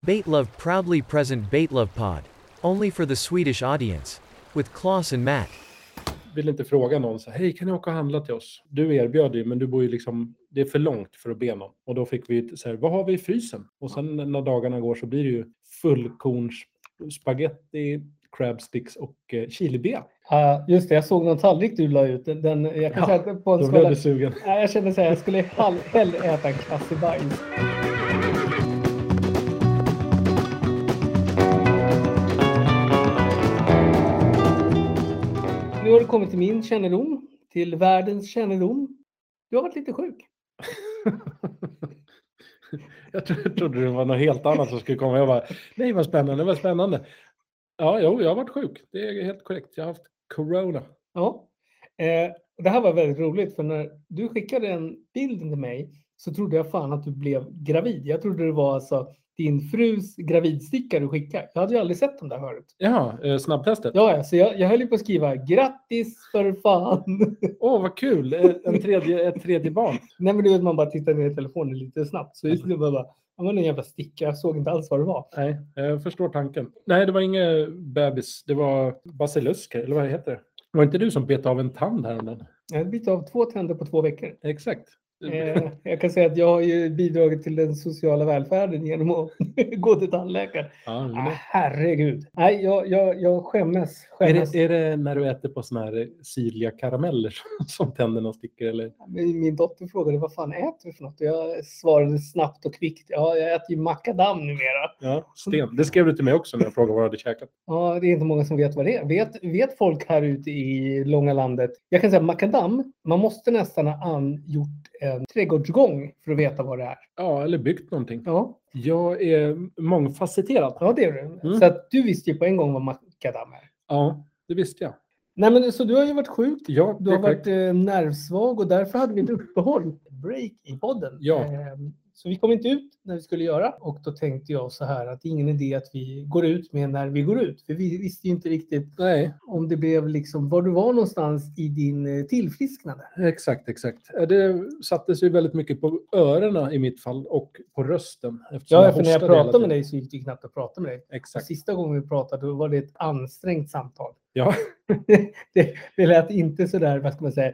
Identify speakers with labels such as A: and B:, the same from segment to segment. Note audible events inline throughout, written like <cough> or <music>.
A: Baitlove proudly present Baitlove Pod. Only for the Swedish audience. With Klaus and Matt.
B: vill inte fråga någon så här, hej kan ni åka och handla till oss? Du erbjöd ju, men du bor ju liksom, det är för långt för att be någon. Och då fick vi ett så här, vad har vi i frysen? Och sen när dagarna går så blir det ju fullkorns spaghetti, crab sticks och eh, chilibea.
C: Ja, just det. Jag såg någon tallrik du la ut. Den, jag kan
B: Ja,
C: säga att på en
B: Då blev
C: skala...
B: du sugen. <laughs>
C: Nej, jag kände så här, jag skulle hell- hellre äta en kasse bajs. Nu har det kommit till min kännedom, till världens kännedom. Du har varit lite sjuk.
B: jag tro- trodde det var något helt annat som skulle komma. Jag bara, nej vad spännande, vad spännande. Ja, jo, jag har varit sjuk. Det är helt korrekt. Jag har haft corona.
C: Ja. Eh, det här var väldigt roligt för när du skickade den bilden till mig så trodde jag fan att du blev gravid. Jag trodde det var alltså din frus gravidsticka du skickade. Jag hade ju aldrig sett dem där förut.
B: Ja, eh, snabbtestet.
C: Ja, ja, så jag, jag höll ju på att skriva grattis för fan. <laughs>
B: Åh, vad kul! Eh, En tredje, ett tredje barn.
C: Nej, men du vet, man bara tittar ner i telefonen lite snabbt. Så just det var bara, ja men en jävla sticka. Jag såg inte alls vad det var.
B: Nej, jag förstår tanken. Nej, det var ingen bebis. Det var basilusker, eller vad heter det? Var inte du som bet av en tand häromdagen?
C: Jag hade bitit av två tänder på två veckor.
B: Exakt.
C: Eh, jag kan säga att jag har ju bidragit till den sociala välfärden genom att <laughs> gå till tandläkaren.
B: Ja, men
C: Ah,
B: det-
C: herregud. Nej, jag, jag, jag skämmes.
B: är,
C: skämmes.
B: det, är det när du äter på såna här syrliga karameller som- som tänderna sticker? Eller?
C: Min min dotter frågade vad fan äter du för något? Och jag svarade snabbt och kvickt. Ja, jag äter ju makadam numera.
B: Ja, sten. Det skrev du till mig också när jag frågade vad du hade käkat.
C: Ja, det är inte många som vet vad det är. Vet, vet folk här ute i långa landet? Jag kan säga makadam. Man måste nästan ha an, gjort en trädgårdsgång för att veta vad det är.
B: Ja, eller byggt någonting.
C: Ja,
B: Jag är mångfacetterad.
C: ja det är det.
B: Mm.
C: Så att du visste ju på en gång vad makadam är.
B: Ja, det visste jag.
C: Nej, men så du har ju varit sjuk.
B: Ja,
C: Du
B: det
C: har
B: är korrekt.
C: varit eh, nervsvag och därför hade vi ett uppehåll, ett break i podden.
B: Ja.
C: Eh, så vi kom inte ut när vi skulle göra och då tänkte jag så här att det är ingen idé att vi går ut med när vi går ut. För vi visste ju inte riktigt
B: Nej,
C: om det blev liksom var du var någonstans i din eh, tillfrisknande.
B: exakt, exakt. Eh, Det sattes ju väldigt mycket på öronen i mitt fall och på rösten. eftersom
C: Ja, för när jag
B: hostade hela
C: pratade
B: tiden.
C: med dig så gick det ju knappt att prata med dig.
B: Exakt.
C: Sista gången vi pratade då var det ett ansträngt samtal.
B: Ja.
C: <laughs> det, det lät inte så där, vad ska man säga,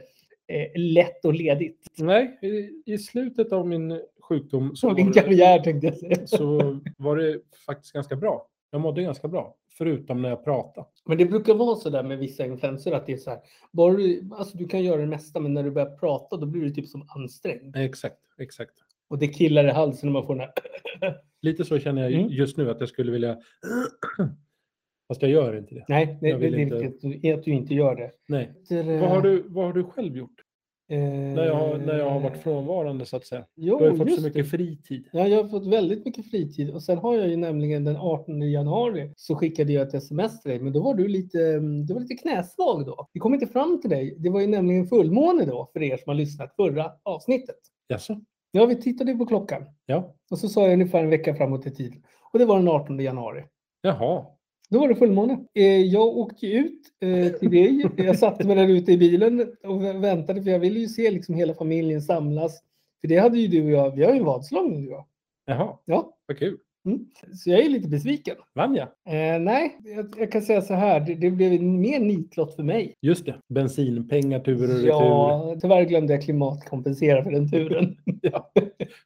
C: eh, lätt och ledigt.
B: Nej, i- i slutet av min sjukdom så
C: Som din
B: var,
C: karriär tänkte jag säga.
B: <laughs> så var det faktiskt ganska bra. Jag mådde ganska bra, förutom när jag pratade.
C: Men det brukar vara så där med vissa influenser att det är så här. Bara du, alltså du kan göra det mesta, men när du börjar prata då blir du typ som ansträngd.
B: Exakt, exakt.
C: Och det killar i halsen när man får den här. <laughs>
B: Lite så känner jag ju-
C: Mm.
B: just nu att jag skulle vilja... <clears throat> Fast jag gör inte det.
C: Nej, det, det,
B: Jag
C: det
B: vill
C: är
B: inte.
C: viktigt att du inte gör det.
B: Nej.
C: Efter,
B: Vad har
C: eh,
B: du, vad har du själv gjort?
C: eh,
B: När jag, har- när jag har varit frånvarande så att säga.
C: Jo,
B: Du har ju fått
C: Eh. Oh, just
B: så mycket fritid.
C: det. Ja, jag har fått väldigt mycket fritid och sen har jag ju nämligen den 18 januari så skickade jag ett sms till dig, men då var du lite, mm, du var lite knäsvag då. Vi kom inte fram till dig. Det var ju nämligen fullmåne då för er som har lyssnat förra avsnittet.
B: Jaså?
C: Ja, vi tittade ju på klockan.
B: Ja.
C: Och så sa jag ungefär en vecka framåt i tiden. Och det var den 18 januari.
B: Jaha.
C: Då var det fullmåne. Eh, jag åkte ju ut eh, till dig. Jag satte mig där ute i bilen och vä- väntade för jag ville ju se liksom hela familjen samlas. För det hade ju du och jag. Vi har ju en vadslång nu.
B: Jaha,
C: Ja,
B: vad kul.
C: så jag är lite besviken.
B: Vann jag?
C: Eh, nej, jag, jag kan säga så här. Det, det blev en mer nitlott för mig.
B: Just det. Bensinpengar tur och retur.
C: Ja, tyvärr glömde jag klimatkompensera för den turen.
B: Ja.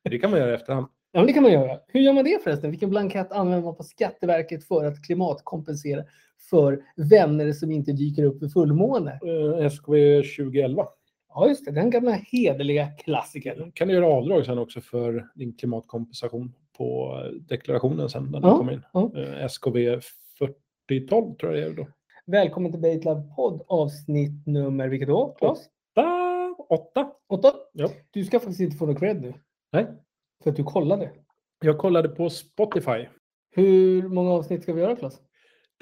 B: Det kan man göra i efterhand.
C: Ja, men det kan man göra. Hur gör man det förresten? Vilken blankett använder man på Skatteverket för att klimatkompensera för vänner som inte dyker upp vid fullmåne?
B: Eh, SKV 2011.
C: Ja, just det. Den gamla hederliga klassikern.
B: kan du göra avdrag sen också för din klimatkompensation på eh, deklarationen sen när den
C: Ja,
B: kommer in.
C: ja.
B: Eh, SKB 4012 tror jag det är då.
C: Välkommen till Baitlab podd avsnitt nummer, vilket då? Claes?
B: Da, åtta.
C: Åtta?
B: Ja.
C: Du ska faktiskt inte få någon cred nu.
B: Nej.
C: För att du kollade.
B: Jag kollade på Spotify.
C: Hur många avsnitt ska vi göra Claes?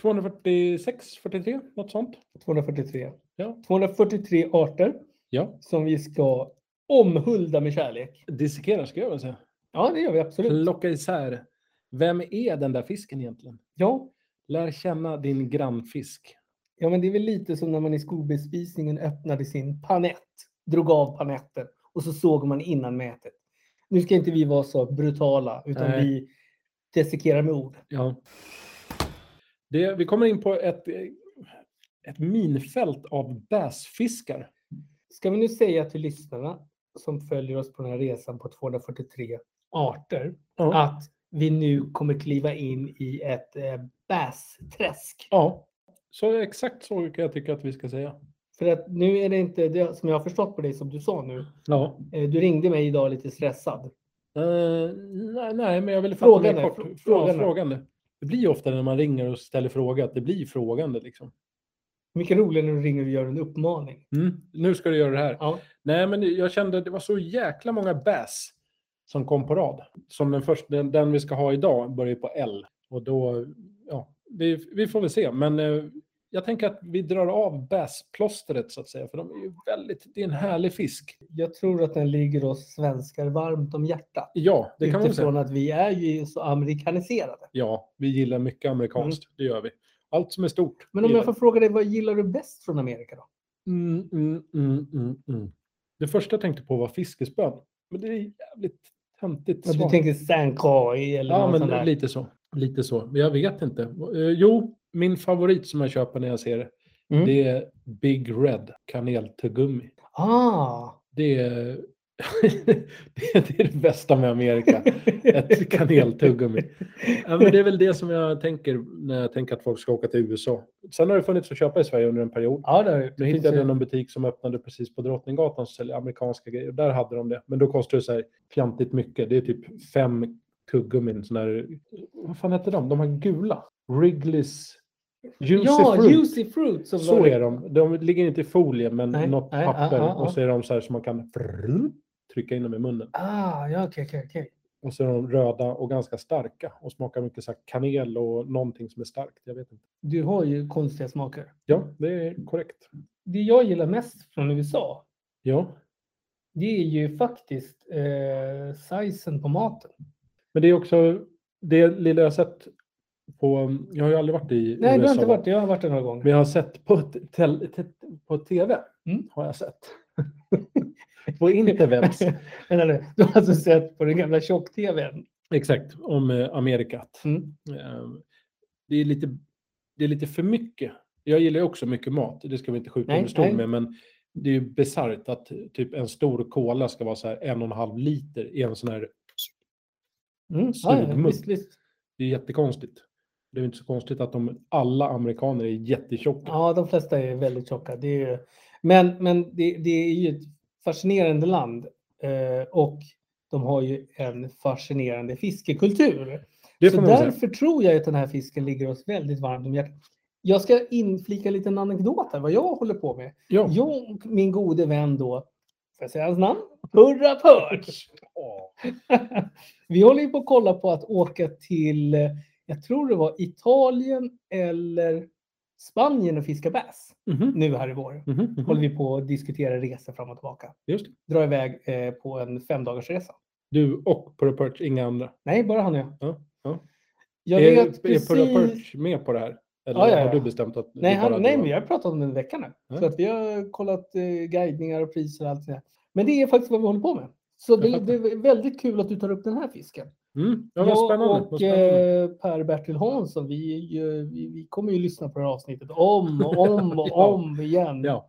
B: 246, 43, något sånt.
C: 243.
B: Ja.
C: 243 arter
B: Ja,
C: som vi ska omhulda med kärlek.
B: dissekera ska jag väl säga.
C: Ja, det gör vi absolut.
B: Plocka isär. Vem är den där fisken egentligen?
C: Ja,
B: Lär känna din grannfisk.
C: Ja, men det är väl lite som när man i skolbespisningen öppnade sin panett, drog av panetten och så såg man innan mätet. Nu ska inte vi vara så brutala, utan
B: Nej.
C: vi dessekerar med ord.
B: Ja. Det, vi kommer in på ett, eh, ett minfält av bäsfiskar.
C: Ska vi nu säga till lyssnarna som följer oss på den här resan på 243 arter
B: Ja.
C: att vi nu kommer kliva in i ett eh, bästräsk.
B: ja. Så exakt så kan jag tycka att vi ska säga.
C: För att nu är det inte, det, som jag har förstått på dig som du sa nu,
B: Ja.
C: eh, du ringde mig idag lite stressad.
B: Eh, nej, nej, men jag ville fatta
C: Frågan
B: mig
C: är-
B: kort.
C: fr-
B: Ja,
C: frågan är.
B: frågande. Det blir ju ofta när man ringer och ställer fråga att det blir frågande. Liksom.
C: Mycket roligare när du ringer och gör en uppmaning.
B: Mm. Nu ska du göra det här.
C: Ja.
B: Nej, men jag kände att det var så jäkla många bass som kom på rad. Som den, första, den, den vi ska ha idag börjar ju på L. Och då, ja, vi, vi får väl se. Men eh, jag tänker att vi drar av bassplåstret så att säga. För de är ju väldigt, det är en härlig fisk.
C: Jag tror att den ligger oss svenskar varmt om hjärtat.
B: Ja, det kan man väl säga.
C: Utifrån att vi är ju så amerikaniserade.
B: Ja, vi gillar mycket amerikanskt. Det gör vi. Allt som är stort.
C: Men om
B: gillar
C: jag får fråga dig, vad gillar du bäst från Amerika då?
B: Mm, mm, mm, mm, mm. Det första jag tänkte på var fiskespön. Men det är jävligt töntigt
C: Ja, Du
B: svar.
C: tänker San Kai eller
B: Ja,
C: något sånt
B: men
C: där.
B: lite så. Lite så. Men jag vet inte. Eh, Jo, min favorit som jag köper när jag ser det,
C: Mm.
B: det är Big Red kaneltuggummi.
C: Ah!
B: Det är, det är det bästa med Amerika. <laughs> Ett
C: <laughs>
B: kaneltuggummi. Ja, men det är väl det som jag tänker när jag tänker att folk ska åka till USA. Sen har det funnits att köpa i Sverige under en period.
C: Ja, det, är-
B: Nu
C: det finns
B: hittade
C: ju-
B: jag någon butik som öppnade precis på Drottninggatan som säljer amerikanska grejer. Där hade de det. Men då kostar det så här fjantigt mycket. Det är typ fem tuggummin. Sån där, vad fan heter de? De här gula. Wrigley's Juicy
C: ja,
B: Fruit.
C: Juicy Fruit. Som
B: Så
C: var-
B: är de. De ligger inte i folie men
C: Nej,
B: något
C: nej, ja,
B: papper.
C: ja, ja.
B: Och så är de så här som man kan frrrr, trycka in dem i munnen.
C: Ah, ja, okej, okej, okej.
B: Och så är de röda och ganska starka. Och smakar mycket så här kanel och någonting som är starkt. Jag vet inte.
C: Du har ju konstiga smaker.
B: Ja, det är korrekt.
C: Det jag gillar mest från USA,
B: Ja.
C: det är ju faktiskt eh, sizen på maten.
B: Men det är också det lilla jag har sett på... Jag har ju aldrig varit i
C: Nej,
B: USA.
C: du har inte varit det. Jag har varit det några gånger.
B: Men jag har sett på, t- tel- t- på tv.
C: Mm.
B: Har jag sett. på interwebs. <laughs>
C: Vänta nu. Du har alltså sett på den gamla tjock-tvn?
B: Exakt, om eh, Amerikat.
C: Mm.
B: Eh, Det är, lite, det är lite för mycket. Jag gillar ju också mycket mat. Det ska vi inte skjuta
C: Nej,
B: under stol
C: nej.
B: med. Men det är ju bisarrt att typ en stor cola ska vara så här en och en halv liter i en sån här...
C: Mm. Ja, ja,
B: Sugmugg.
C: visst, visst.
B: Det är jättekonstigt. Det är ju inte så konstigt att de, alla amerikaner är jättetjocka.
C: Ja, de flesta är väldigt tjocka. Det är ju... Men, men det, det är ju ett fascinerande land eh, och de har ju en fascinerande fiskekultur.
B: Det
C: Så
B: får man väl säga.
C: därför tror jag att den här fisken ligger oss väldigt varmt om hjärtat. Jag ska inflika en liten anekdot här, vad jag håller på med.
B: Ja.
C: Jag och min gode vän då, får jag säga hans namn? Purra Perch! <laughs> Vi håller ju på att kolla på att åka till, eh, jag tror det var Italien eller Spanien och fiska bass
B: Mhm,
C: nu här i vår.
B: mhm, mhm.
C: Håller vi på att diskutera resor fram och tillbaka.
B: Just det.
C: Dra iväg eh, på en femdagarsresa.
B: Du och Purra Perch, inga andra.
C: Nej, bara han och jag.
B: Ja, ja.
C: Jag
B: är
C: vet
B: är Purra
C: precis...
B: Perch med på det här? Eller
C: Ja, ja, ja.
B: har du bestämt att
C: Nej,
B: det bara
C: han, nej,
B: du
C: men
B: har-
C: jag har pratat om den en vecka nu. Så
B: Ja.
C: att vi har kollat eh, guidningar och priser och allt det där. Men det är faktiskt vad vi håller på med. Så det,
B: fattar.
C: det är väldigt kul att du tar upp den här fisken.
B: Mm, ja, vad
C: Jag
B: spännande. vad
C: och
B: spännande.
C: eh, Per-Bertil Hansson, vi, är ju- vi, vi kommer ju lyssna på det här avsnittet om och
B: <laughs>
C: om och
B: Ja.
C: om igen.
B: Ja.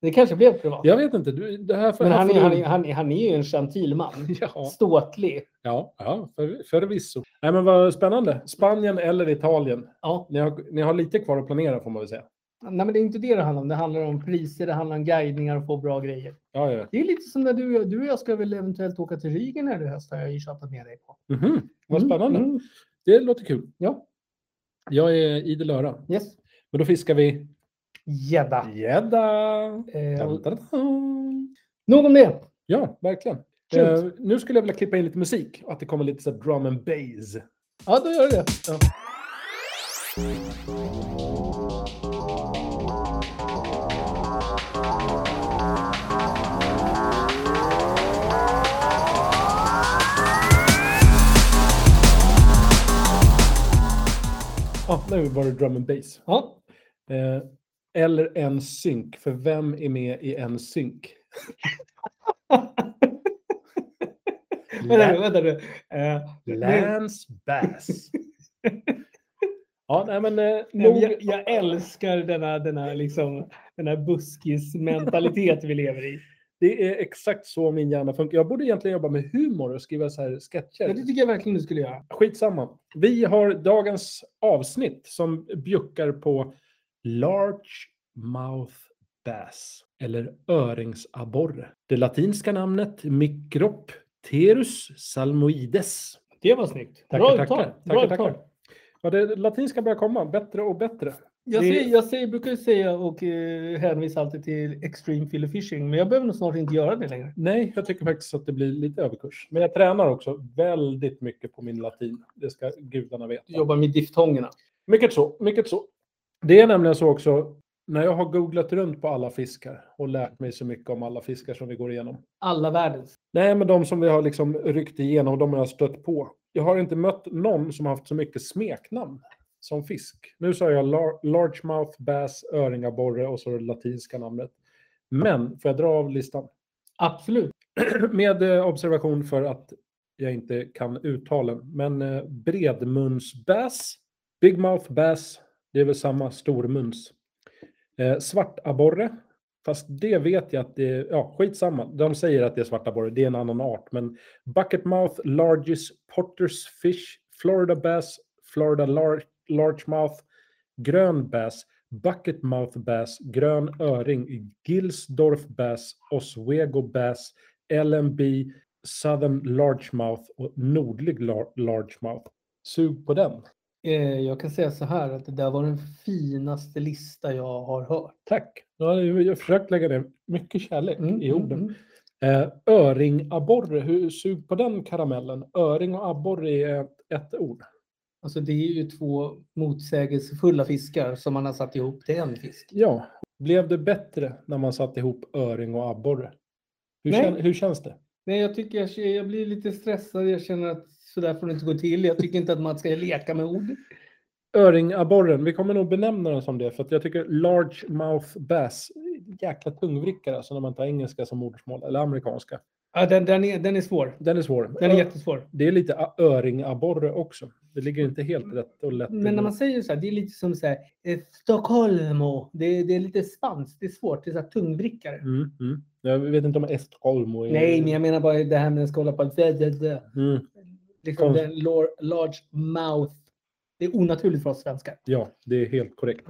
C: Det kanske blev privat.
B: Jag vet inte, du, det här får
C: Men
B: här
C: han
B: får
C: är,
B: du...
C: han, är, han, är, han är ju en gentil man.
B: Ja,
C: Ståtlig.
B: ja, ja för, förvisso. Nej, men vad spännande. Spanien eller Italien?
C: Ja.
B: Ni har, ni har lite kvar att planera får man väl säga.
C: Nej, men det är inte det det handlar om. Det handlar om priser, det handlar om guidningar och få bra grejer.
B: Ja, ja.
C: Det är lite som när du, och jag- du och jag ska väl eventuellt åka till Rügen här i höst, har jag ju tjatat med dig på.
B: Mhm, Vad
C: Mm,
B: spännande.
C: mm.
B: Det låter kul.
C: Ja.
B: Jag är idel öra.
C: Yes.
B: Men då fiskar vi
C: Gädda.
B: gädda.
C: Eh, och-
B: Dun-dun-dun.
C: nog om det.
B: Ja, verkligen.
C: Kul.
B: Eh, nu skulle jag vilja klippa in lite musik och att det kommer lite så här drum and bass.
C: Ja, då gör du det.
B: Ja. Ah, nu var det drum and bass.
C: Ja.
B: Eh, eller en synk, för vem
C: <laughs>
B: är med i en synk?
C: Vänta nu, vänta nu. Eh,
B: Lance Bass. <laughs> ja, nej men... Eh,
C: nej, men
B: nog-
C: jag, jag älskar denna, denna, liksom, denna buskismentalitet vi lever i.
B: Det är exakt så min hjärna funkar. Jag borde egentligen jobba med humor och skriva så här sketcher.
C: Ja, det tycker jag verkligen du skulle göra.
B: Skitsamma. Vi har dagens avsnitt som bjuckar på Large Mouth Bass eller öringsabborre. Det latinska namnet Micropterus salmoides.
C: Det var snyggt. Bra
B: Tackar,
C: uttal.
B: tackar.
C: Bra
B: tackar,
C: uttal.
B: tackar. Ja, det latinska börjar komma bättre och bättre.
C: Jag,
B: Det-
C: säger, jag säger, brukar ju säga och eh, hänvisa alltid till Extreme Filler Fishing, men jag behöver nog snart inte göra det längre.
B: Nej, jag tycker faktiskt att det blir lite överkurs. Men jag tränar också väldigt mycket på min latin. Det ska gudarna veta.
C: Jobba med diftongerna.
B: Mycket så, mycket så. Det är nämligen så också, när jag har googlat runt på alla fiskar och lärt mig så mycket om alla fiskar som vi går igenom.
C: Alla världens.
B: Nej, men de som vi har liksom ryckt igenom, de har jag stött på. Jag har inte mött någon som har haft så mycket smeknamn som fisk. Nu sa jag lar- largemouth bass, öringabborre och så det latinska namnet. Men, får jag dra av listan?
C: Absolut.
B: <clears throat> Med eh, observation för att jag inte kan uttalen. Men eh, bredmunsbass, big mouth bass, det är väl samma stormuns. Eh, svartabborre, fast det vet jag att det är, ja skitsamma. De säger att det är svartabborre, det är en annan art. Men bucket mouth, largest, potters fish, Florida bass, Florida lar- large mouth, grön bass, bucket mouth bass, grön öring, Gilsdorf bass, Oswego bass, LMB, Southern Largemouth och Nordlig lar- Largemouth. Sug på den.
C: Eh, jag kan säga så här att det där var den finaste lista jag har hört.
B: Tack. Jag har ju- jag har försökt lägga ner mycket kärlek i orden.
C: mm.
B: Eh, öringabborre, hur, sug på den karamellen. Öring och abborre är ett, ett ord.
C: Alltså det är ju två motsägelsefulla fiskar som man har satt ihop till en fisk.
B: Ja. Blev det bättre när man satte ihop öring och abborre? Hur,
C: Nej.
B: kän, hur känns det?
C: Nej, jag tycker jag, jag blir lite stressad. Jag känner att så där får det inte gå till. Jag tycker inte att man ska leka med ord.
B: Öringabborren, vi kommer nog benämna den som det för att jag tycker large mouth bass, jäkla tungvrickare alltså när man tar engelska som modersmål eller amerikanska.
C: Ja, den, den, är, den är svår.
B: Den är svår.
C: Den är
B: Ö-
C: jättesvår.
B: Det är lite a- öringabborre också. Det ligger inte helt rätt och lätt.
C: Mm. Men när man säger så här, det är lite som så här, eh, Stockholmo. Det, det är lite spanskt, det är svårt. Det är så här tungvrickare.
B: mm, mm. Jag vet inte om Estholmo är...
C: Nej, men jag menar bara det här med att skåla på dö, dö, dö.
B: Mm,
C: Liksom
B: Konst-
C: den lar- large mouth. Det är onaturligt för oss svenskar.
B: ja, det är helt korrekt.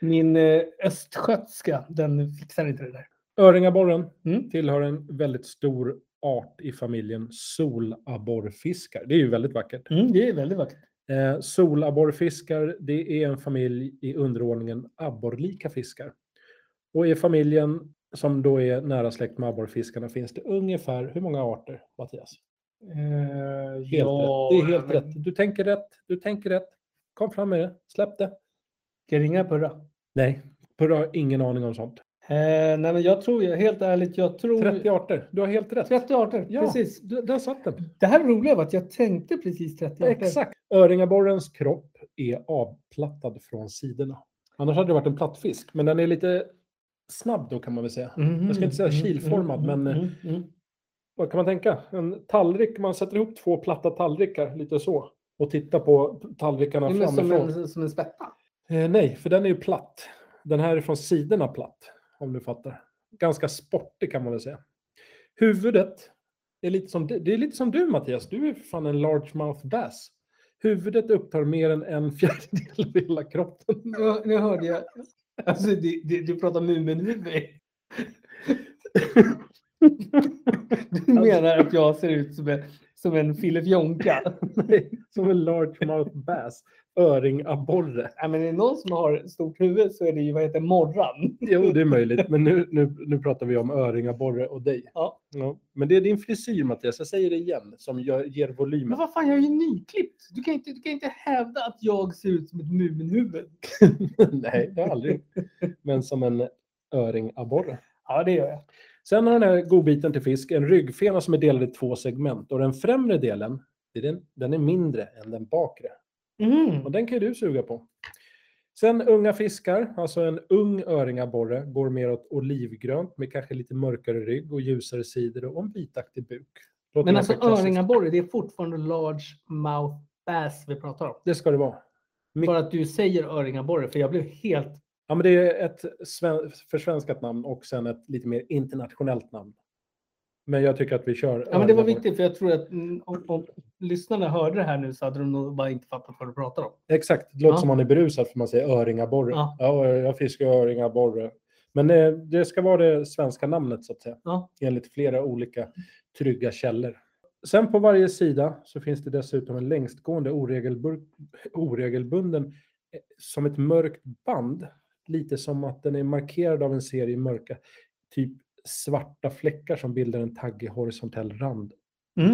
C: Min eh, östgötska, den fixar inte det där.
B: Öringabborren
C: Mm.
B: tillhör en väldigt stor art i familjen solabborrfiskar. Det är ju väldigt vackert.
C: Mm, det är väldigt vackert.
B: Eh, solabborrfiskar, det är en familj i underordningen abborrlika fiskar. Och i familjen som då är nära släkt med abborrfiskarna finns det ungefär, hur många arter, Mattias? Helt rätt. Det är helt rätt. Du tänker rätt. Du tänker rätt. Kom fram med det. Släpp det.
C: Ska jag ringa Purra?
B: Nej. Purra har ingen aning om sånt.
C: Eh, nej, men jag tror, jag, helt ärligt, jag tror...
B: 30 arter. Du har helt rätt.
C: 30 arter,
B: Ja.
C: precis.
B: Du, där satt den.
C: Det här roliga var att jag tänkte precis 30 arter.
B: Exakt. Öringabborrens kropp är avplattad från sidorna. Annars hade det varit en plattfisk, men den är lite snabb då kan man väl säga.
C: Mhm,
B: Jag ska inte säga
C: mhm,
B: kilformad,
C: mhm,
B: men, eh,
C: mhm, mhm.
B: Vad kan man tänka? En tallrik, man sätter ihop två platta tallrikar lite så och tittar på tallrikarna
C: Det är mest som
B: framifrån.
C: en, som en spätta.
B: Eh, nej, för den är ju platt. Den här är från sidorna platt, om du fattar. Ganska sportig kan man väl säga. Huvudet är lite som, det är lite som du Mattias, du är fan en large mouth bass. Huvudet upptar mer än en <laughs> fjärdedel av hela kroppen.
C: Nu, nu hörde jag... Alltså, det, det, du pratar Muminhuvud.
B: Alltså-
C: Du menar att jag ser ut som en, som
B: <laughs>
C: en filifjonka?
B: som en large mouth bass, öringabborre.
C: Nej, men är det någon som har stort huvud så är det ju vad heter Morran.
B: Jo, det är möjligt, men nu, nu, nu pratar vi om öringabborre och dig.
C: Ja.
B: Ja. Men det är din frisyr Mattias, jag säger det igen, som gör, ger volymen.
C: Men vad fan, jag är ju nyklippt. Du kan inte, du kan inte hävda att jag ser ut som ett Muminhuvud.
B: <laughs> Nej, det har jag aldrig gjort. Men som en öringabborre.
C: Ja, det gör jag.
B: Sen har den här godbiten till fisk en ryggfena som är delad i två segment. Och den främre delen, det är den, den är mindre än den bakre. Och
C: Mm.
B: den kan ju du suga på. Sen unga fiskar, alltså en ung öringabborre, går mer åt olivgrönt med kanske lite mörkare rygg och ljusare sidor och en vitaktig buk. Låter
C: Men
B: ganska
C: alltså
B: klassiskt.
C: öringaborre, det är fortfarande large mouth bass vi pratar om.
B: Det ska det vara. Mycket.
C: Bara att du säger öringaborre, för jag blev helt...
B: Ja, men det är ett sven- försvenskat namn och sen ett lite mer internationellt namn. Men jag tycker att vi kör.
C: Ja, men det var
B: öringaborre.
C: viktigt, för jag tror att mm, om, om lyssnarna hörde det här nu så hade de nog bara inte fattat vad du pratar om.
B: Exakt. Det låter
C: Ja.
B: som man är berusad för man säger öringaborre.
C: Ja.
B: Ja. jag fiskar öringaborre. Men eh, det ska vara det svenska namnet så att säga.
C: Ja.
B: Enligt flera olika trygga källor. Sen på varje sida så finns det dessutom en längstgående oregelbur- oregelbunden eh, som ett mörkt band. Lite som att den är markerad av en serie mörka, typ svarta fläckar som bildar en taggig horisontell rand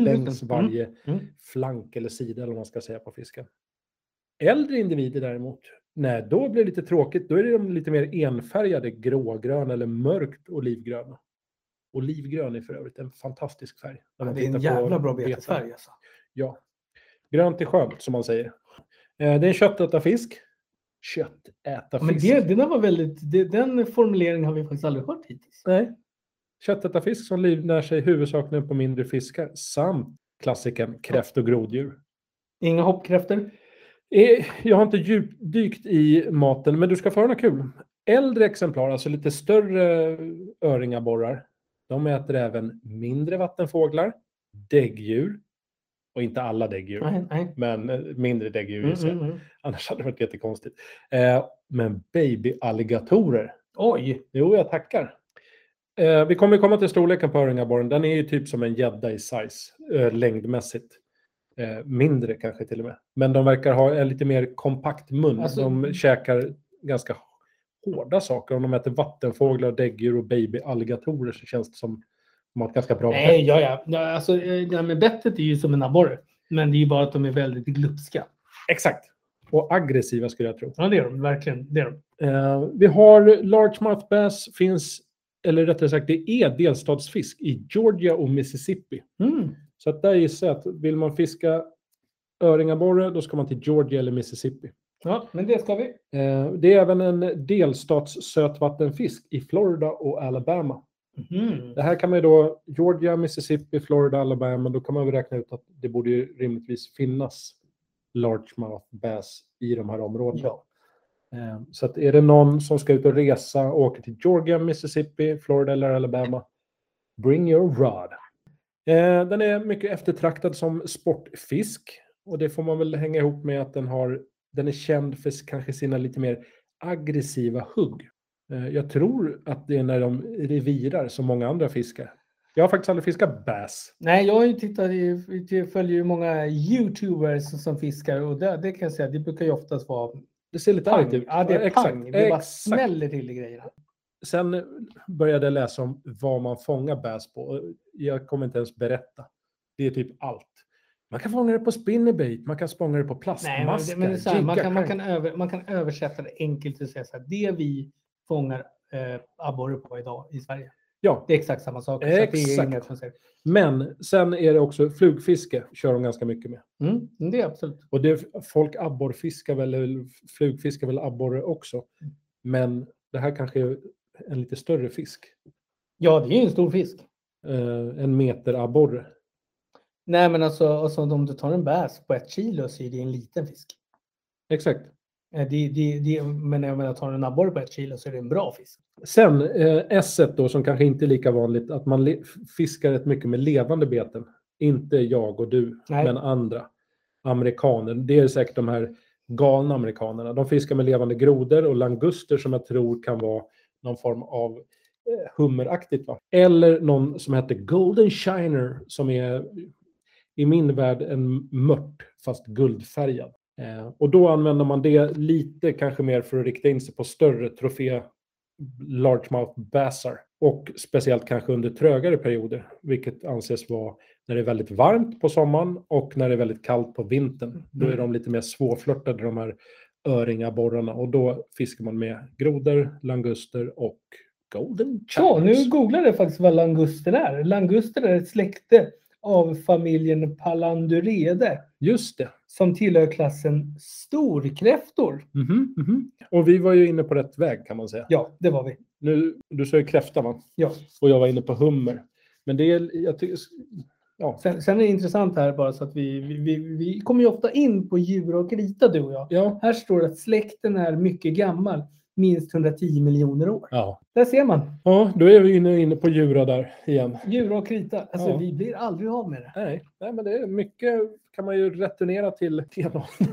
B: längs varje
C: Mm.
B: flank eller sida eller vad man ska säga på fisken. Äldre individer däremot, nej, då blir det lite tråkigt. Då är det de lite mer enfärgade, grågrön eller mörkt olivgröna. Olivgrön är för övrigt en fantastisk färg. när man
C: Det är en
B: tittar på
C: jävla bra
B: betar.
C: betesfärg alltså.
B: Ja. Grönt är skönt som man säger. Eh, Det är en köttätarfisk.
C: Ja, Men
B: Köttätarfisk.
C: det, den där var väldigt, det, den formuleringen har vi faktiskt aldrig hört hittills.
B: Nej. Köttätarfisk som livnär sig huvudsakligen på mindre fiskar samt klassikern kräft och groddjur.
C: Inga hoppkräftor?
B: Eh, Jag har inte djupdykt i maten, men du ska få höra något kul. Äldre exemplar, alltså lite större öringaborrar, de äter även mindre vattenfåglar, däggdjur, och inte alla däggdjur,
C: Nej, nej.
B: men eh, mindre däggdjur
C: Mm,
B: gissar jag.
C: mm, mm.
B: Annars hade det varit jättekonstigt. Eh, Men babyalligatorer,
C: Oj!
B: jo jag tackar. Eh, Vi kommer komma till storleken på öringaborren, den är ju typ som en gädda i size, eh, längdmässigt. Eh, mindre kanske till och med. Men de verkar ha en lite mer kompakt mun.
C: Alltså-
B: de käkar ganska hårda saker. Om de äter vattenfåglar, däggdjur och babyalligatorer så känns det som de har ett ganska bra
C: Nej, ja, ja. ja alltså, eh, det här med bettet är ju som en abborre. Men det är ju bara att de är väldigt glupska.
B: Exakt. Och aggressiva skulle jag tro.
C: Ja, det är de verkligen. Det är de.
B: Eh, vi har largemouth bass finns, eller rättare sagt det är delstatsfisk i Georgia och Mississippi.
C: Mm.
B: Så att där gissar jag att vill man fiska öringaborre då ska man till Georgia eller Mississippi.
C: Ja, men det ska vi.
B: Eh, Det är även en delstats sötvattenfisk i Florida och Alabama.
C: Mm.
B: Det här kan man ju då, Georgia, Mississippi, Florida, Alabama, då kan man väl räkna ut att det borde ju rimligtvis finnas largemouth bass i de här områdena.
C: Ja.
B: Eh, Så att är det någon som ska ut och resa och åker till Georgia, Mississippi, Florida eller Alabama, bring your rod. Eh, Den är mycket eftertraktad som sportfisk och det får man väl hänga ihop med att den, har, den är känd för s- kanske sina lite mer aggressiva hugg. Eh, Jag tror att det är när de revirar som många andra fiskar. Jag har faktiskt aldrig fiskat bass.
C: Nej, jag har ju tittat, i- jag följer ju många YouTubers som fiskar och det, det kan jag säga, det brukar ju oftast vara
B: Det ser lite argt
C: pang.
B: ut.
C: Ja, det är
B: Exakt,
C: pang. Det bara
B: exakt.
C: smäller till i grejerna.
B: Sen började jag läsa om vad man fångar bass på. och Jag kommer inte ens berätta. Det är typ allt. Man kan fånga det på spinnerbait, man kan fånga det på
C: Nej, men,
B: plastmaskar,
C: det- men det är så här, man,
B: jiggar,
C: kan, man,
B: shank.
C: kan över, man kan översätta det enkelt och säga så här, det vi fångar eh, abborre på idag i Sverige,
B: Ja,
C: det är exakt samma sak. så att det är
B: Exakt.
C: inget konstigt.
B: men sen är det också flugfiske, kör de ganska mycket med.
C: Mm, men det är absolut.
B: Och det, folk abborrfiskar väl, eller flugfiskar väl abborre också. Men det här kanske är en lite större fisk.
C: Ja, det är ju en stor fisk.
B: Eh, en meter abborre.
C: Nej, men alltså, alltså om du tar en bass på ett kilo så är det en liten fisk.
B: Exakt.
C: Eh, Det, det, det, men jag menar, tar du en abborre på ett kilo så är det en bra fisk.
B: Sen eh, S då som kanske inte är lika vanligt att man le- fiskar rätt mycket med levande beten. Inte jag och du,
C: Nej.
B: men andra. Amerikaner. Det är säkert de här galna amerikanerna. De fiskar med levande grodor och languster som jag tror kan vara någon form av eh, hummeraktigt. Va? Eller någon som heter Golden Shiner som är i min värld en mört fast guldfärgad. Eh, och då använder man det lite kanske mer för att rikta in sig på större trofé largemouth bassar och speciellt kanske under trögare perioder, vilket anses vara när det är väldigt varmt på sommaren och när det är väldigt kallt på vintern. Då är de lite mer svårflörtade, de här öringaborrarna och då fiskar man med grodor, languster och golden
C: Ja, nu
B: channels.
C: googlade jag faktiskt vad languster är. Languster är ett släkte av familjen Pallandurede
B: Just det.
C: som tillhör klassen storkräftor.
B: Mhm, mhm. Och vi var ju inne på rätt väg kan man säga.
C: Ja, det var vi.
B: Nu, du sa ju kräfta va?
C: Ja.
B: Och jag var inne på hummer. Men det är, jag tycker, Ja.
C: Sen, sen är det intressant här bara så att vi, vi, vi, vi kommer ju ofta in på djur och krita du och jag.
B: Ja.
C: Här står det att släkten är mycket gammal, minst 110 miljoner år.
B: Ja.
C: Där ser man,
B: ja, då är vi inne, inne på djura där igen.
C: djur och krita. Alltså
B: Ja.
C: vi blir aldrig av med det. <laughs>
B: Nej, nej men det är mycket kan man ju returnera till <laughs> stenåldern.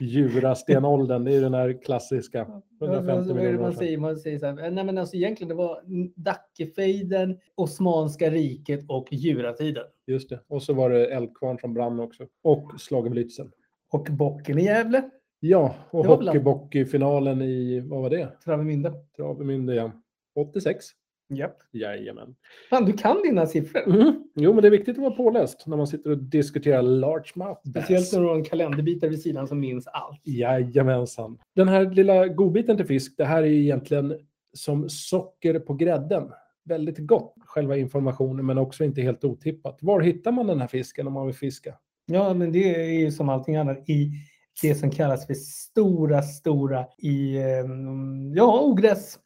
B: Jura-stenåldern, det är ju den här klassiska. 150
C: Alltså, vad är det
B: miljoner år
C: man
B: sedan.
C: säger? Man säger så här, nej men alltså egentligen det var Dackefejden, Osmanska riket och Djuratiden.
B: Just det. Och så var det eldkvarn som brann också. Och Schlagerblitzen.
C: Och bocken i Gävle,
B: Ja, och
C: Det var väl-
B: hockeybock-finalen i, vad var det?
C: Travemünde.
B: Travemünde, ja. 86.
C: Japp.
B: Jajamän.
C: Fan, du kan dina siffror.
B: Mm. Jo, men det är viktigt att vara påläst när man sitter och diskuterar large mouth
C: Speciellt
B: bass.
C: när du har en kalenderbitare vid sidan som minns allt.
B: Jajamensan. Den här lilla godbiten till fisk, det här är ju egentligen som socker på grädden. Väldigt gott, själva informationen, men också inte helt otippat. Var hittar man den här fisken om man vill fiska?
C: Ja, men det är ju som allting annat i det som kallas för stora, stora i, ehm, ja, ogräs.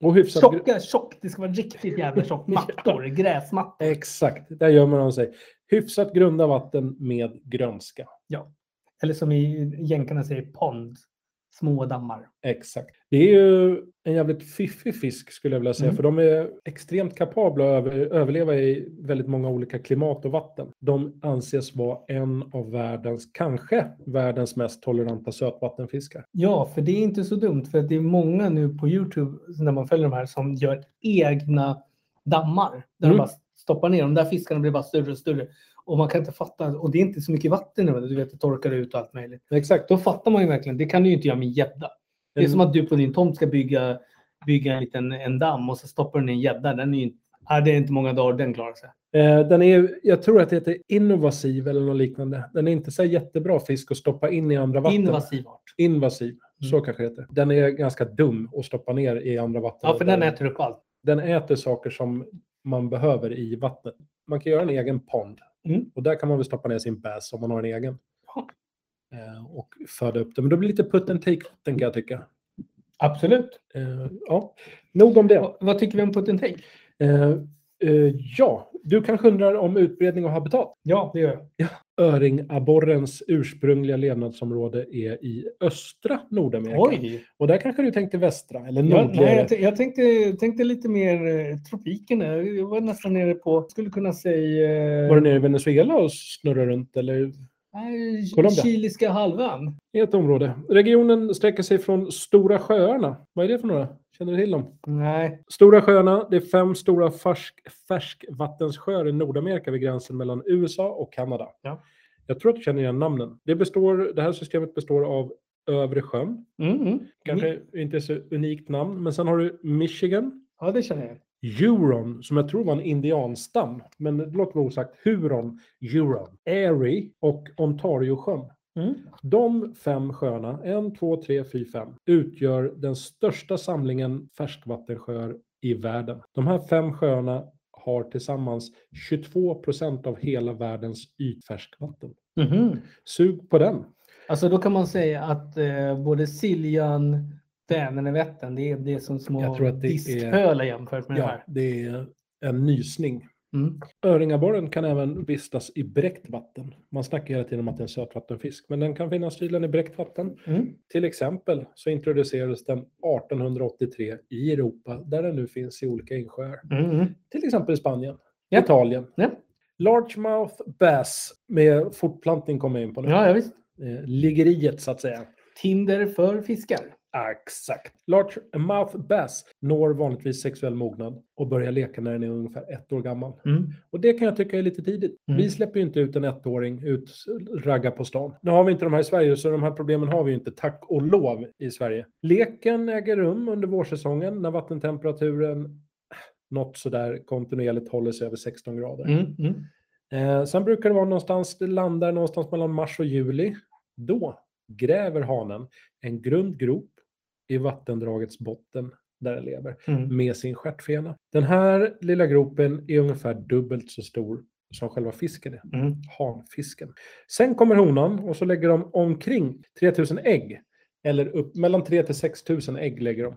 B: Och hyfsat... gr-
C: Tjocka, tjock. Det ska vara riktigt jävla tjockt. <laughs> Mattor, gräsmattor.
B: Exakt, där gör man av sig. Hyfsat grunda vatten med grönska.
C: Eller som i jänkarna säger, pond. Små dammar.
B: Exakt. Det är ju en jävligt fiffig fisk skulle jag vilja säga,
C: Mm.
B: för de är extremt kapabla att över, överleva i väldigt många olika klimat och vatten. De anses vara en av världens, kanske världens mest toleranta sötvattenfiskar.
C: Ja, för det är inte så dumt. För att det är många nu på Youtube, när man följer de här, som gör egna dammar. Där
B: Mm.
C: de bara stoppar ner. De där fiskarna blir bara större och större. Och man kan inte fatta. Och det är inte så mycket vatten nu. Du vet, det torkar ut och allt möjligt.
B: Exakt. Mm.
C: Då fattar man ju verkligen. Det kan du ju inte göra med gädda. Det är som att du på din tomt ska bygga, bygga en liten en damm och så stoppar du ner en gädda. Den är ju inte, ah, det är inte många dagar den klarar sig.
B: Eh, Den är, jag tror att det heter innovasiv eller något liknande. Den är inte så jättebra fisk att stoppa in i andra vatten.
C: Invasiv art.
B: Invasiv, så
C: Mm.
B: kanske det heter. Den är ganska dum att stoppa ner i andra vatten.
C: Ja, för den äter upp allt.
B: den äter saker som man behöver i vattnet. Man kan göra en egen pond
C: Mm.
B: och där kan man väl stoppa ner sin bass om man har en egen.
C: Ja.
B: Eh, och föda upp det. Men då blir det lite put and take kan jag tycka.
C: Absolut.
B: Eh, ja. Nog om det.
C: Vad, vad tycker vi om put and take?
B: Eh, eh, ja, du kanske undrar om utbredning och habitat.
C: Ja, det gör jag.
B: Öringabborrens ursprungliga levnadsområde är i östra Nordamerika.
C: Oj!
B: Och där kanske du tänkte västra eller
C: Jag, nej,
B: nordligare.
C: jag, t- jag tänkte, tänkte lite mer eh, tropikerna. Jag jag var nästan nere på, skulle kunna säga, eh,
B: Var du nere i Venezuela och snurrade runt eller
C: nej,
B: Colombia?
C: Chiliska halvön.
B: i ett område. Regionen sträcker sig från Stora sjöarna. Vad är det för några? Känner du till dem?
C: Nej.
B: Stora sjöarna, det är fem stora färsk, färskvattensjöar i Nordamerika vid gränsen mellan USA och Kanada.
C: Ja.
B: Jag tror att du känner igen namnen. Det, består, det här systemet består av Övre sjön.
C: Mm, mm.
B: Kanske inte så unikt namn, men sen har du Michigan.
C: Ja, det känner jag.
B: Huron, som jag tror var en indianstam, men låt vara osagt. Huron, Huron, Erie och Ontariosjön.
C: Mm.
B: De fem sjöarna, en, två, tre, fyra, fem, utgör den största samlingen färskvattensjöar i världen. De här fem sjöarna har tillsammans 22 procent av hela världens ytfärskvatten.
C: Mhm.
B: Sug på den.
C: Alltså då kan man säga att eh, både Siljan, Vänern och Vättern, det är det är som små
B: Jag tror att det är-
C: diskhölar jämfört med det här.
B: det är en nysning.
C: Mm.
B: Öringaborren kan även vistas i bräckt vatten. Man snackar hela tiden om att det är en sötvattenfisk, men den kan finnas tydligen i bräckt vatten.
C: Mm.
B: Till exempel så introducerades den 1883 i Europa, där den nu finns i olika insjöar.
C: Mm. Mm.
B: till exempel i Spanien,
C: Ja.
B: Italien.
C: Ja.
B: Largemouth bass med fortplantning kommer jag in på nu.
C: Ja, ja, visst.
B: Eh, Liggeriet så att säga. Ah,
C: Tinder för fiskar.
B: Exakt. Largemouth bass når vanligtvis sexuell mognad och börjar leka när den är ungefär ett år gammal. Och det kan jag tycka är lite tidigt.
C: Mm.
B: Vi släpper ju inte ut en ettåring ut ragga på stan. Nu har vi inte de här i Sverige, så de här problemen har vi ju inte, tack och lov, i Sverige. Leken äger rum under vårsäsongen när vattentemperaturen eh, något sådär kontinuerligt håller sig över 16 grader.
C: Mm. Mm.
B: Eh, sen brukar det vara någonstans, det landar någonstans mellan mars och juli. Då gräver hanen en grund grop i vattendragets botten där den lever
C: Mm.
B: med sin stjärtfena. Den här lilla gropen är ungefär dubbelt så stor som själva fisken är,
C: Mm.
B: hanfisken. Sen kommer honan och så lägger de omkring 3000 ägg. Eller upp, mellan 3 000 till 6 000 ägg lägger de.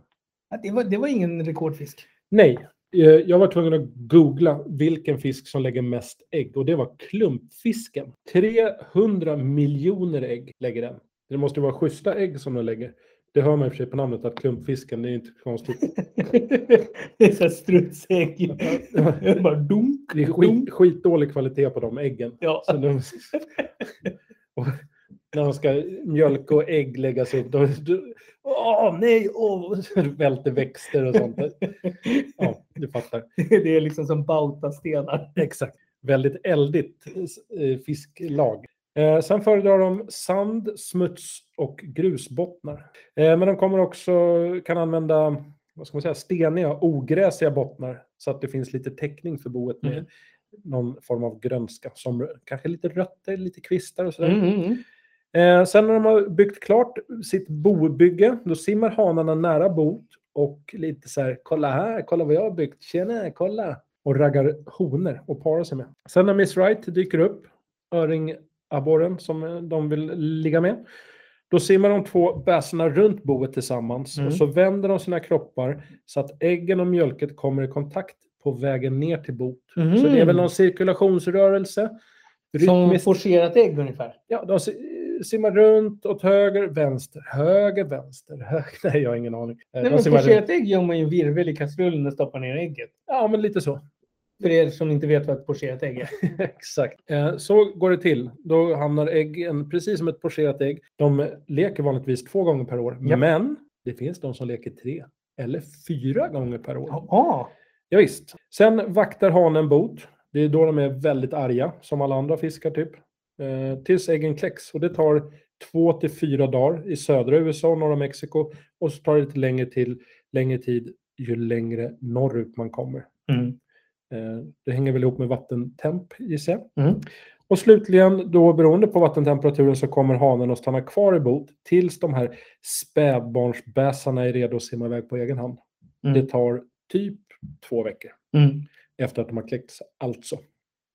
C: Ja, Det, var, det var ingen rekordfisk.
B: Nej, Eh, Jag var tvungen att googla vilken fisk som lägger mest ägg och det var klumpfisken. 300 miljoner ägg lägger den. Det måste vara schyssta ägg som den lägger. Det hör man i och för sig på namnet att klumpfisken, det är inte konstigt.
C: det är såhär strutsägg. Det är bara dunk.
B: Det är
C: dunk.
B: skit, skitdålig kvalitet på de äggen.
C: Ja.
B: Så de, och när de ska mjölk och ägg läggas upp, då, då, åh nej, åh, så välter växter och sånt. Ja, du fattar.
C: Det är liksom som bautastenar.
B: Exakt. Väldigt eldigt eh, fisklag. Eh, sen föredrar de sand, smuts och grusbottnar. Eh, men de kommer också kan använda vad ska man säga, steniga, ogräsiga bottnar så att det finns lite täckning för boet med
C: Mm.
B: någon form av grönska. Som kanske lite rötter, lite kvistar och sådär.
C: Mm, mm, mm.
B: Eh, sen när de har byggt klart sitt bobygge, då simmar hanarna nära boet och lite så här, kolla här, kolla vad jag har byggt, tjena, kolla. Och raggar honor och parar sig med. Sen när Miss Wright dyker upp, öringabborren som eh, de vill ligga med, då simmar de två bäsarna runt boet tillsammans
C: Mm.
B: och så vänder de sina kroppar så att äggen och mjölket kommer i kontakt på vägen ner till boet. Så det är väl någon cirkulationsrörelse.
C: mm. Som
B: rytmiskt-
C: forcerat ägg ungefär.
B: Ja, de si- simmar runt åt höger, vänster, höger, vänster, höger. <laughs> Nej, jag har ingen aning. Eh, de
C: Nej, men
B: simmar runt.
C: forcerat ägg gör man ju en virvel i kastrullen och stoppar ner ägget.
B: Ja, men lite så. <laughs>
C: För er som inte vet vad ett pocherat ägg är.
B: Exakt. Eh, Så går det till. Då hamnar äggen, precis som ett pocherat ägg, de leker vanligtvis två gånger per år.
C: Ja.
B: Men det finns de som leker tre eller fyra gånger per år. Ja.
C: Ah,
B: visst. Sen vaktar hanen bot. Det är då de är väldigt arga, som alla andra fiskar typ. Eh, Tills äggen kläcks. Och det tar två till fyra dagar i södra USA och norra Mexiko. Och så tar det lite längre, till, längre tid ju längre norrut man kommer.
C: mm.
B: Eh, Det hänger väl ihop med vattentemp gissar jag.
C: Mm.
B: Och slutligen, då beroende på vattentemperaturen så kommer hanen att stanna kvar i bot tills de här spädbarnsbäsarna är redo att simma iväg på egen hand.
C: Mm.
B: Det tar typ två veckor
C: Mm.
B: efter att de har kläckts alltså.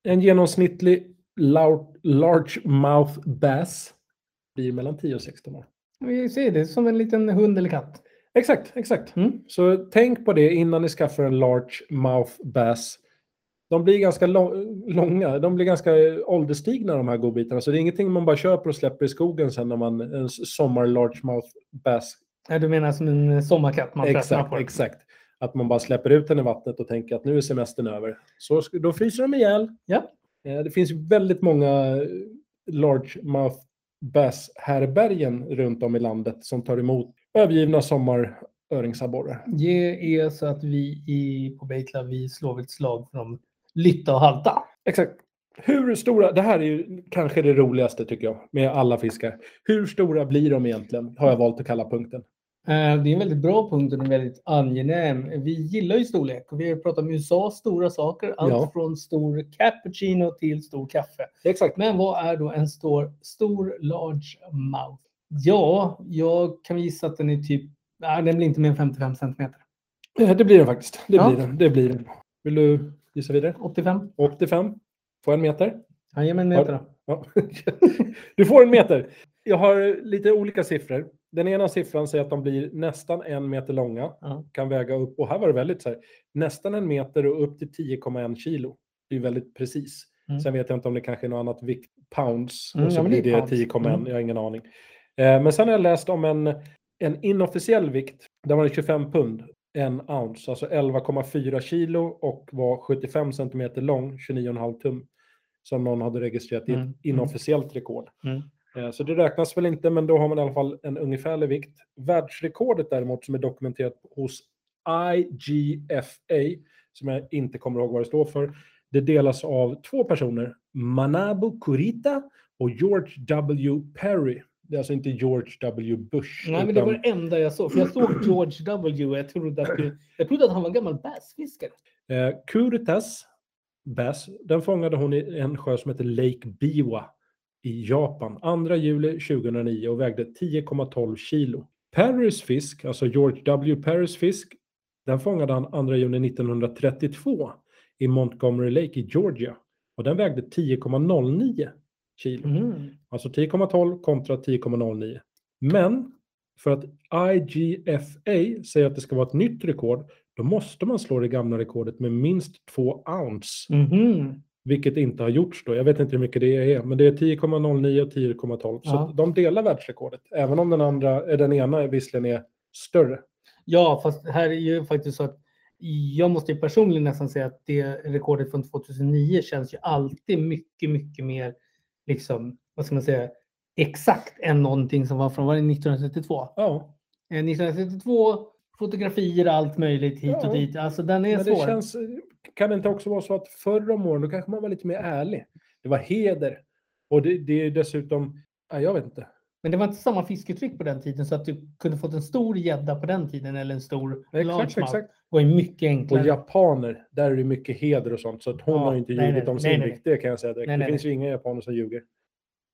B: En genomsnittlig lau- large mouth bass blir mellan 10 och 16 år.
C: Vi ser det som en liten hund eller katt.
B: Exakt, exakt.
C: Mm.
B: Så tänk på det innan ni skaffar en large mouth bass. De blir ganska lång, långa, de blir ganska eh, ålderstigna de här godbitarna. Så det är ingenting man bara köper och släpper i skogen sen när man en s- sommar large mouth bass.
C: Nej, du menar som en sommarkatt man fastnar
B: exakt,
C: på.
B: exakt. Att man bara släpper ut den i vattnet och tänker att nu är semestern över. Så sk- då fryser de ihjäl.
C: Ja.
B: Eh, Det finns väldigt många eh, large mouth bass härbergen runt om i landet som tar emot övergivna sommaröringsabborrar.
C: Det är så att vi i, på Bejtla, vi slår ett slag för de lytta och halta.
B: Exakt. Hur stora, det här är ju kanske det roligaste tycker jag med alla fiskar. Hur stora blir de egentligen? Har jag valt att kalla punkten.
C: Eh, Det är en väldigt bra punkt och en väldigt angenäm. Vi gillar ju storlek och vi har pratat om USA stora saker. Allt
B: Ja.
C: från stor cappuccino till stor kaffe.
B: Exakt.
C: Men vad är då en stor, stor large mouth? Ja, jag kan gissa att den är typ, nej den blir inte mer än 55 centimeter.
B: Eh, Det blir den faktiskt. Det
C: Ja.
B: blir den. Det blir den. Vill du gissa vidare?
C: 85?
B: 85. Får jag en meter?
C: Ja, ge mig en meter då.
B: Ja. <laughs> Du får en meter. Jag har lite olika siffror. Den ena siffran säger att de blir nästan en meter långa.
C: Ja.
B: Kan väga upp, och här var det väldigt så här, nästan en meter och upp till 10,1 kilo. Det är ju väldigt precis.
C: Mm.
B: Sen vet jag inte om det kanske är något annat vikt, pounds,
C: Mm,
B: och så
C: ja, men
B: blir
C: det är
B: det
C: pounds.
B: 10,1.
C: Mm.
B: Jag har ingen aning. Eh, men sen har jag läst om en, en inofficiell vikt. Där var det 25 pund, en ounce, alltså 11,4 kilo och var 75 centimeter lång, 29,5 tum. Som någon hade registrerat i ett
C: Mm, mm.
B: inofficiellt rekord.
C: Mm.
B: Eh, Så det räknas väl inte, men då har man i alla fall en ungefärlig vikt. Världsrekordet däremot som är dokumenterat hos IGFA, som jag inte kommer ihåg vad det står för, det delas av två personer, Manabu Kurita och George W. Perry. Det är alltså inte George W. Bush.
C: Nej, men det
B: utan-
C: var det enda jag såg. För jag såg George W. Jag trodde att, du, jag trodde att han var gammal bassfiskare.
B: Eh, Kuritas Bass, den fångade hon i en sjö som heter Lake Biwa i Japan 2 juli 2009 och vägde 10,12 kilo. Perrys fisk, alltså George W. Perrys fisk, den fångade han 2 juni 1932 i Montgomery Lake i Georgia och den vägde 10,09 kilo.
C: Mm.
B: Alltså 10,12 kontra 10,09. Men för att IGFA säger att det ska vara ett nytt rekord då måste man slå det gamla rekordet med minst två ounce,
C: Mhm.
B: vilket inte har gjorts då. Jag vet inte hur mycket det är, men det är 10,09 och 10,12. Så
C: Ja.
B: de delar världsrekordet, även om den, andra, eh, den ena visserligen är större.
C: Ja, fast här är ju faktiskt så att jag måste ju personligen nästan säga att det rekordet från 2009 känns ju alltid mycket, mycket mer liksom, vad ska man säga, exakt än någonting som var från, var det 1932?
B: Ja,
C: Eh, 1932, fotografier, allt möjligt hit
B: Ja.
C: och dit. Alltså den är
B: men det
C: svår.
B: känns, eh, kan det inte också vara så att förr om åren, då kanske man var lite mer ärlig. Det var heder. Och det, det är dessutom, ja, jag vet inte.
C: Men det var inte samma fisketryck på den tiden så att du kunde fått en stor gädda på den tiden eller en stor
B: Exakt,
C: largemouth.
B: exakt.
C: Det var ju mycket
B: Och
C: enklare.
B: japaner, där är det mycket heder och sånt. Så att hon
C: Ja,
B: har ju inte
C: nej,
B: ljugit
C: nej,
B: om
C: nej,
B: sin
C: nej,
B: vikt, det kan jag säga direkt.
C: Nej,
B: det
C: nej,
B: finns ju inga japaner som ljuger.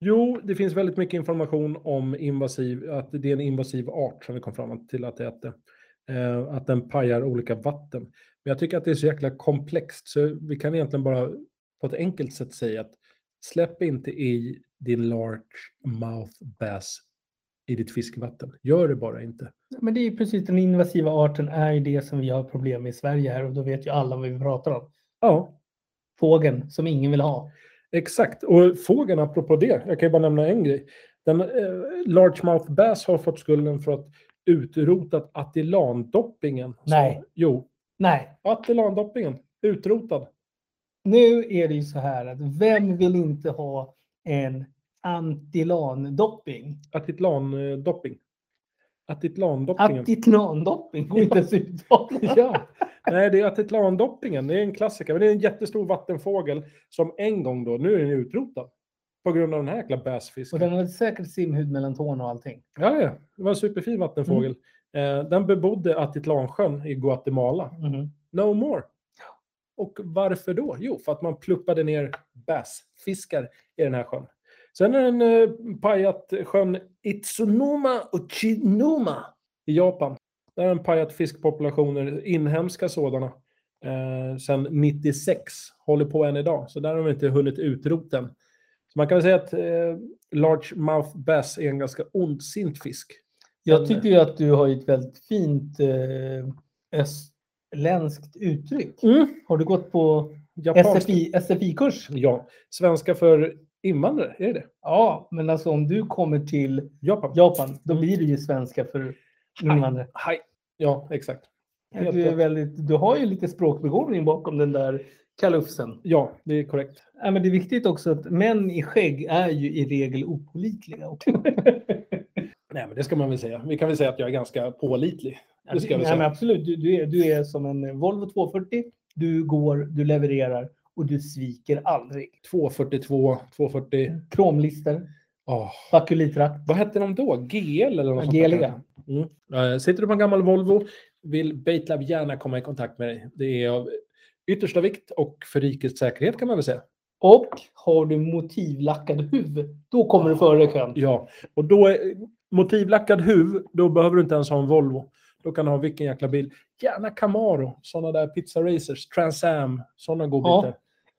B: Jo, det finns väldigt mycket information om invasiv, att det är en invasiv art som vi kom fram till att det hette. Eh, att den pajar olika vatten. Men jag tycker att det är så jäkla komplext så vi kan egentligen bara på ett enkelt sätt säga att släpp inte i din large mouth bass i ditt fiskvatten. Gör det bara inte.
C: Men det är ju precis den invasiva arten är ju det som vi har problem med i Sverige här och då vet ju alla vad vi pratar om.
B: Ja,
C: Fågeln som ingen vill ha.
B: Exakt. Och fågeln, apropå det, jag kan ju bara nämna en grej. Den, eh, largemouth bass har fått skulden för att utrotat attilandoppingen. Så-
C: Nej.
B: Jo,
C: Nej,
B: attilandoppingen. Utrotad.
C: nu är det ju så här att vem vill inte ha en antilandopping?
B: Attilandopping. Attilandoppingen.
C: Attilandopping går inte ens ut.
B: <laughs> Ja. Nej, det är attilandoppingen. Det är en klassiker. Men det är en jättestor vattenfågel som en gång då, nu är den utrotad. På grund av den här jäkla
C: Och
B: bassfisken.
C: den har säkert simhud mellan tårna och allting.
B: Ja, ja. Det var en superfin vattenfågel.
C: Mm.
B: Eh, den bebodde Atitlansjön i Guatemala.
C: Mhm.
B: No more. Och varför då? Jo, för att man pluppade ner bassfiskar i den här sjön. Sen är den eh, pajat sjön Itsunoma och Chinoma i Japan. Där har den pajat fiskpopulationer, inhemska sådana, eh, sedan 96. Håller på än idag, så där har vi inte hunnit utrota den. Så man kan väl säga att eh, large mouth bass är en ganska ondsint fisk.
C: Jag
B: Men-
C: tycker ju att du har ju ett väldigt fint eh, östländskt uttryck. Har du gått på
B: Japanskt.
C: SFI, SFI-kurs?
B: Ja, svenska för invandrare, är det det?
C: Ja, men alltså om du kommer till
B: Japan.
C: Japan, då blir det ju svenska för invandrare.
B: Hej. Ja, exakt. Helt
C: Du, är
B: rätt.
C: väldigt, du har ju lite språkbegåvning bakom den där kalufsen.
B: Ja, det är korrekt.
C: Ja, men det är viktigt också att män i skägg är ju i regel opolitliga. <laughs> också.
B: Nej, men det ska man väl säga. Vi kan väl säga att jag är ganska pålitlig. Det ska vi
C: Nej,
B: säga.
C: men absolut, du, du, är, du är som en Volvo 240. Du går, du levererar och du sviker aldrig.
B: 242, 240.
C: Kromlister,
B: Ah.
C: bakulitrakt,
B: Vad hette de då? GL eller något sånt där?
C: Agelia.
B: Mm. Eh, Sitter du på en gammal Volvo vill Baitlab gärna komma i kontakt med dig. Det är av yttersta vikt och för rikets säkerhet kan man väl säga.
C: Och har du motivlackad huvud, då kommer du före i kön.
B: Ja, och då är motivlackad huv, då behöver du inte ens ha en Volvo. Då kan du ha vilken jäkla bil. Gärna Camaro, sådana där pizza racers, Trans Am, sådana godbitar.
C: Ja.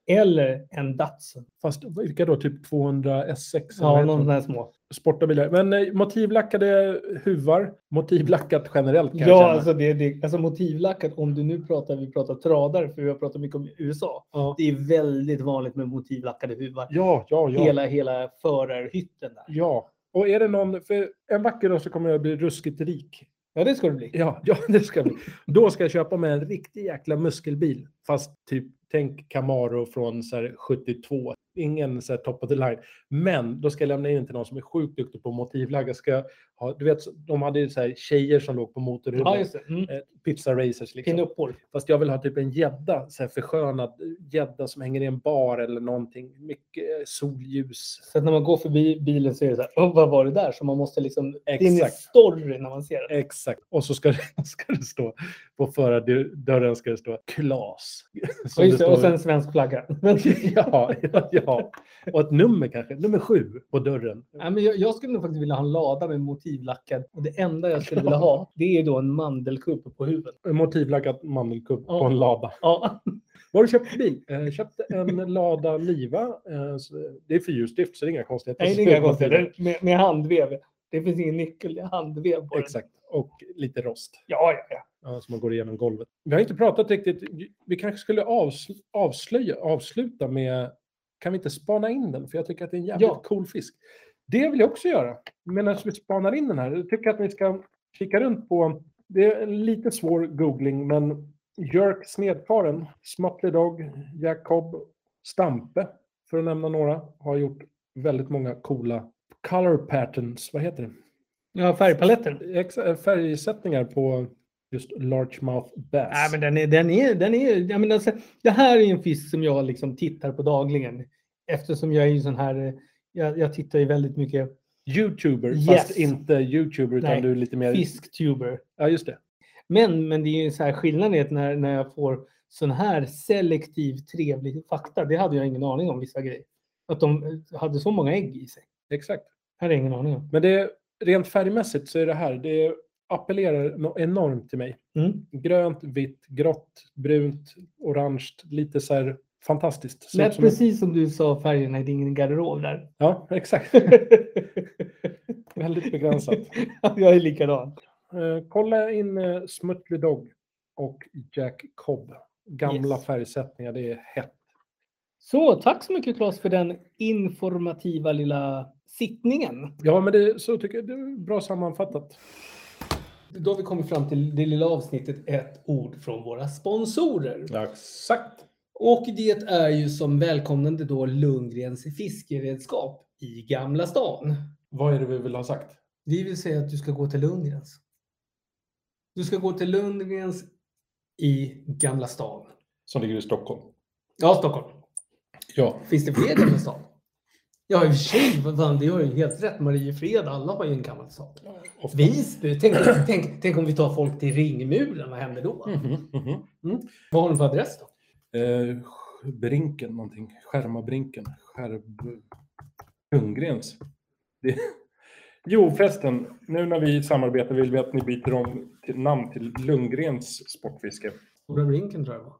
C: Eller en Datsun.
B: Fast vilka då? Typ 200 S6? eller vad
C: Ja,
B: heter
C: någon
B: de?
C: sån här små.
B: Sportabilar. Men eh, motivlackade huvar. Motivlackat generellt kan jag
C: Ja,
B: känna.
C: alltså, det, det, alltså motivlackat, om du nu pratar, vi pratar tradare, för vi har pratat mycket om USA.
B: Ja.
C: Det är väldigt vanligt med motivlackade huvar.
B: ja, ja, ja.
C: Hela, hela förarhytten där.
B: ja. Och är det någon, för en vacker dag så kommer jag bli ruskigt rik.
C: Ja, det ska det bli.
B: Ja, <laughs> ja det ska jag bli. Då ska jag köpa mig en riktig jäkla muskelbil. Fast typ, tänk Camaro från så här, 72. Ingen så här, top of the line. Men då ska jag lämna in till någon som är sjukt duktig på motivlagga. Ska jag ha, du vet, de hade ju så här, tjejer som låg på motorhuven.
C: Ja, just det. Mm.
B: eh, pizza racers. Liksom.
C: Pinuppor.
B: Fast jag vill ha typ en gädda, så här förskönad gädda som hänger i en bar eller någonting. Mycket eh, solljus.
C: Så att när man går förbi bilen så är det så här, "Åh, vad var det där? Så man måste liksom, det är en
B: Exakt.
C: story när man ser det.
B: Exakt. Och så ska <laughs> det, ska det stå, på förardörren ska det stå
C: <laughs>
B: Klas.
C: Ja,
B: Som
C: just
B: det
C: det. Och
B: står-
C: sen svensk flagga.
B: <laughs>
C: <laughs>
B: ja, ja, ja. Och ett nummer kanske, nummer sju på dörren.
C: Ja, men jag, jag skulle nog faktiskt vilja ha en lada med motivlackad. Och det enda jag skulle vilja ha, det är då en mandelkubb på huvudet.
B: Motivlackat mandelkubb på
C: Ja.
B: en lada.
C: Ja,
B: Vad har du köpt för bil? Eh, köpte en lada Liva. Eh, så- det är fyrhjulsdrift så det är inga konstigheter.
C: nej, det är inga konstigheter. Med, med handvev. Det finns ingen nyckel, det är handvev på den.
B: Exakt. Och lite rost.
C: Ja, ja, ja.
B: Ja, som man går igenom golvet. Vi har inte pratat riktigt. Vi kanske skulle avsl- avslöja, avsluta med... Kan vi inte spana in den? För jag tycker att det är en jävligt
C: Ja.
B: cool fisk. Det vill jag också göra. Medan vi spanar in den här. Jag tycker att ni ska kika runt på... Det är en lite svår googling, men Jörk Snedkaren, Smutley Dog, Jacob, Stampe, för att nämna några, har gjort väldigt många coola color patterns. Vad heter det?
C: Ja, färgpaletten.
B: Ex- eh, färgsättningar på just largemouth bass.
C: Nej, men den är, den är, den är, jag menar, så- det här är en fisk som jag liksom tittar på dagligen. Eftersom jag är ju sån här, eh, jag, jag tittar ju väldigt mycket
B: Youtuber,
C: Yes.
B: fast inte youtuber utan
C: Nej,
B: du är lite mer...
C: fisktuber.
B: Ja, just det.
C: Men, men det är ju så här skillnaden är att när, när jag får sån här selektiv trevlig fakta, det hade jag ingen aning om vissa grejer. Att de eh, hade så många ägg i sig.
B: Exakt.
C: Det hade jag ingen aning om.
B: Men det, rent färgmässigt så är det här, det appellerar no- enormt till mig.
C: Mm.
B: Grönt, vitt, grått, brunt, orange, lite så här fantastiskt. Ser ut
C: Lät
B: som en-
C: precis som du sa färgerna i din garderob där.
B: Ja, <laughs> exakt. Väldigt
C: <laughs>
B: begränsat.
C: jag är likadan.
B: Eh, kolla in eh, Smutley Dog och Jack Cobb. Gamla
C: Yes.
B: färgsättningar, det är hett.
C: Så tack så mycket Claes för den informativa lilla sittningen.
B: Ja, men det, så tycker jag, det är bra sammanfattat.
C: Då har vi kommit fram till det lilla avsnittet ett ord från våra sponsorer.
B: Exakt.
C: Och det är ju som välkomnande då Lundgrens fiskeredskap i Gamla stan.
B: Vad är det vi vill ha sagt?
C: Vi vill säga att du ska gå till Lundgrens. Du ska gå till Lundgrens i Gamla stan.
B: Som ligger i Stockholm.
C: Ja, Stockholm.
B: Ja.
C: Finns det fler i Gamla stan? Ja, i och för sig. vad fan, Det har ju helt rätt. Mariefred, alla har ju en gammal stad.
B: ofta.
C: Visby. Tänk, tänk, tänk om vi tar folk till Ringmuren. Vad händer då?
B: Mhm, mhm.
C: Vad har de för adress då?
B: Eh, Sch- brinken någonting. Skärmabrinken. Skärb... Ljunggrens. Det... Jo förresten, nu när vi samarbetar vill vi att ni byter om till namn till Lundgrens Sportfiske.
C: Stora Brinken tror jag det var.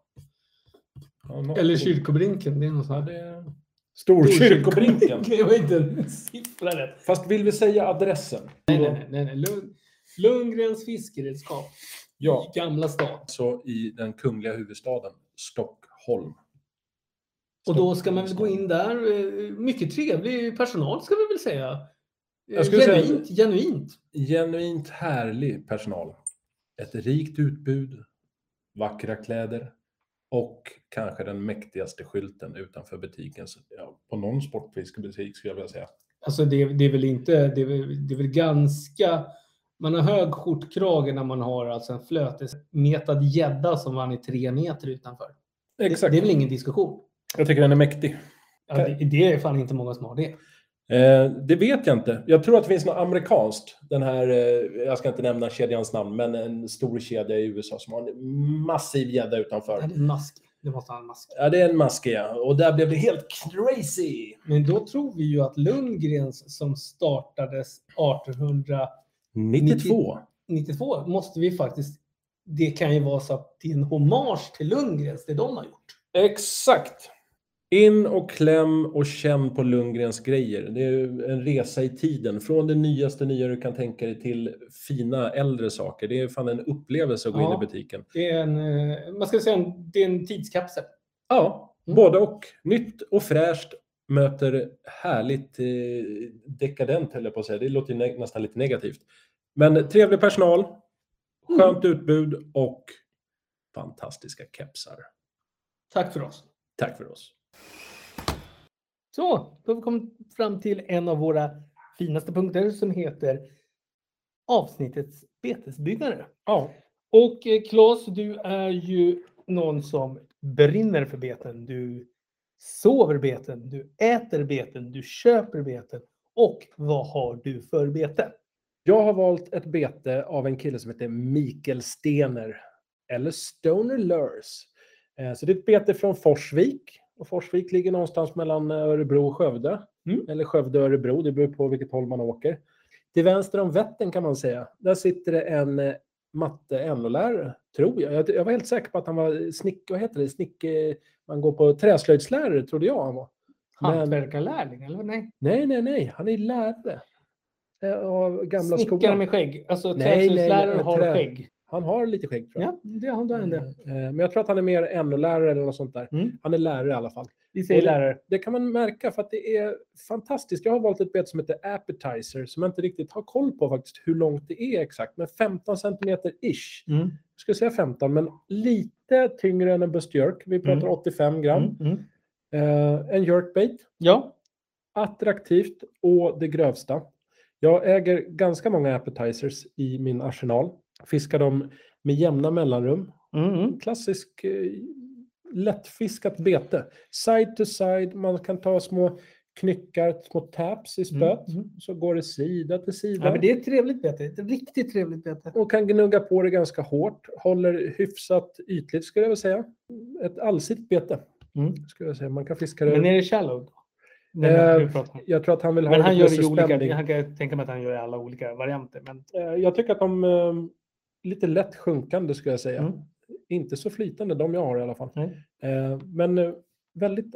B: Ja, nå-
C: Eller Kyrkobrinken. Det är något
B: Ja,
C: sånt.
B: det... <laughs> Storkyrkobrinken.
C: <laughs> Det var inte en siffra rätt.
B: Fast vill vi säga adressen?
C: Nej, nej, nej. nej, nej. Lund, Lundgrens fiskeredskap.
B: Ja,
C: I Gamla stan.
B: så Alltså i den kungliga huvudstaden Stockholm.
C: Och då ska man väl gå in där. eh, Mycket trevlig personal ska vi väl säga. Eh,
B: Jag skulle säga-
C: genuint, genuint.
B: Genuint härlig personal. Ett rikt utbud, vackra kläder och kanske den mäktigaste skylten utanför butiken. Så, ja, på någon sportfiskebutik skulle jag vilja säga.
C: Alltså det, det är väl inte, det är väl, det är väl ganska, man har hög skjortkrage när man har alltså en flötesmetad gädda som vann i tre meter utanför. Det, det är väl ingen diskussion.
B: Jag tycker den är mäktig.
C: Ja, det, det är fan inte många som har det.
B: Eh, det vet jag inte. Jag tror att det finns något amerikanskt. Den här, eh, jag ska inte nämna kedjans namn, men en stor kedja i USA som har en massiv gädda utanför.
C: Ja, Det är en mask. Det måste ha en mask.
B: Ja, det är en maske, ja. Och där blev det helt crazy!
C: Men då tror vi ju att Lundgrens som startades 1892
B: 92.
C: måste vi faktiskt, det kan ju vara så att det är en hommage till Lundgrens, det de har gjort.
B: Exakt! In och kläm och känn på Lundgrens grejer. Det är ju en resa i tiden. Från det nyaste nya du kan tänka dig till fina äldre saker. Det är fan en upplevelse att gå
C: Ja.
B: in i butiken.
C: Det är en, eh, man ska säga en, det är en tidskapsel.
B: Ja,
C: Mm.
B: både och. Nytt och fräscht möter härligt eh, dekadent, höll jag på att säga. Det låter ju nä- nästan lite negativt. Men trevlig personal, skönt utbud och fantastiska kepsar.
C: Tack för oss.
B: Tack för oss.
C: Så, då har vi kommit fram till en av våra finaste punkter som heter avsnittets betesbyggare.
B: Ja.
C: Och eh, Claes, du är ju någon som brinner för beten. Du sover beten, du äter beten, du köper beten. Och vad har du för bete?
B: Jag har valt ett bete av en kille som heter Mikael Stener, eller Stoner Lurs. Eh, Så det är ett bete från Forsvik. Och Forsvik ligger någonstans mellan eh, Örebro och Skövde.
C: Mm.
B: Eller Skövde och Örebro, det beror på vilket håll man åker. Till vänster om Vättern kan man säga, där sitter det en eh, matte NO-lärare, tror jag. jag. Jag var helt säker på att han var snick... Vad heter det? Snick... eh, Man går på träslöjdslärare, trodde jag han var. Men-
C: Hantverkarlärling, eller vad? nej?
B: Nej, nej, nej. Han är lärare. eh, av gamla
C: Snickare
B: skolan.
C: med skägg. Alltså
B: Nej, nej,
C: träslöjdsläraren
B: nej,
C: har
B: trä-
C: skägg.
B: Han har lite skägg tror jag.
C: Ja, det har han det.
B: Eh, Men jag tror att han är mer NO-lärare eller något sånt där.
C: Mm.
B: Han är lärare i alla fall.
C: Vi säger
B: Och det-
C: lärare.
B: Det kan man märka för att det är fantastiskt. Jag har valt ett bett som heter appetizer som jag inte riktigt har koll på faktiskt hur långt det är exakt. Men 15 centimeter ish.
C: Mm.
B: Jag skulle säga 15 men lite tyngre än en bustjerk. Vi pratar
C: Mm.
B: 85 gram.
C: Mm. Mm.
B: Eh, en jerkbait.
C: Ja.
B: Attraktivt och det grövsta. Jag äger ganska många appetizers i min arsenal. Fiskar dem med jämna mellanrum.
C: Mm. Mm.
B: klassisk eh, lättfiskat bete. Side to side, man kan ta små knyckar, små taps i spöet.
C: Mm.
B: Så går det sida till sida.
C: Ja, men det är ett trevligt bete. Ett riktigt trevligt bete.
B: Och kan gnugga på det ganska hårt. Håller hyfsat ytligt skulle jag vilja säga. Ett allsidigt bete.
C: Mm.
B: Skulle jag, säga. Man kan fiska det.
C: Men är det shallow då? Nej,
B: Eh,
C: men du pratar om.
B: jag tror att han vill ha
C: Mm. Men
B: lite
C: han gör det ju
B: pusselspänning.
C: olika. Han kan tänka mig att han gör det i alla olika varianter. Men,
B: Eh, Jag tycker att de eh, lite lätt sjunkande skulle jag säga.
C: Mm.
B: Inte så flytande, de jag har i alla fall.
C: Nej.
B: Eh, Men eh, väldigt,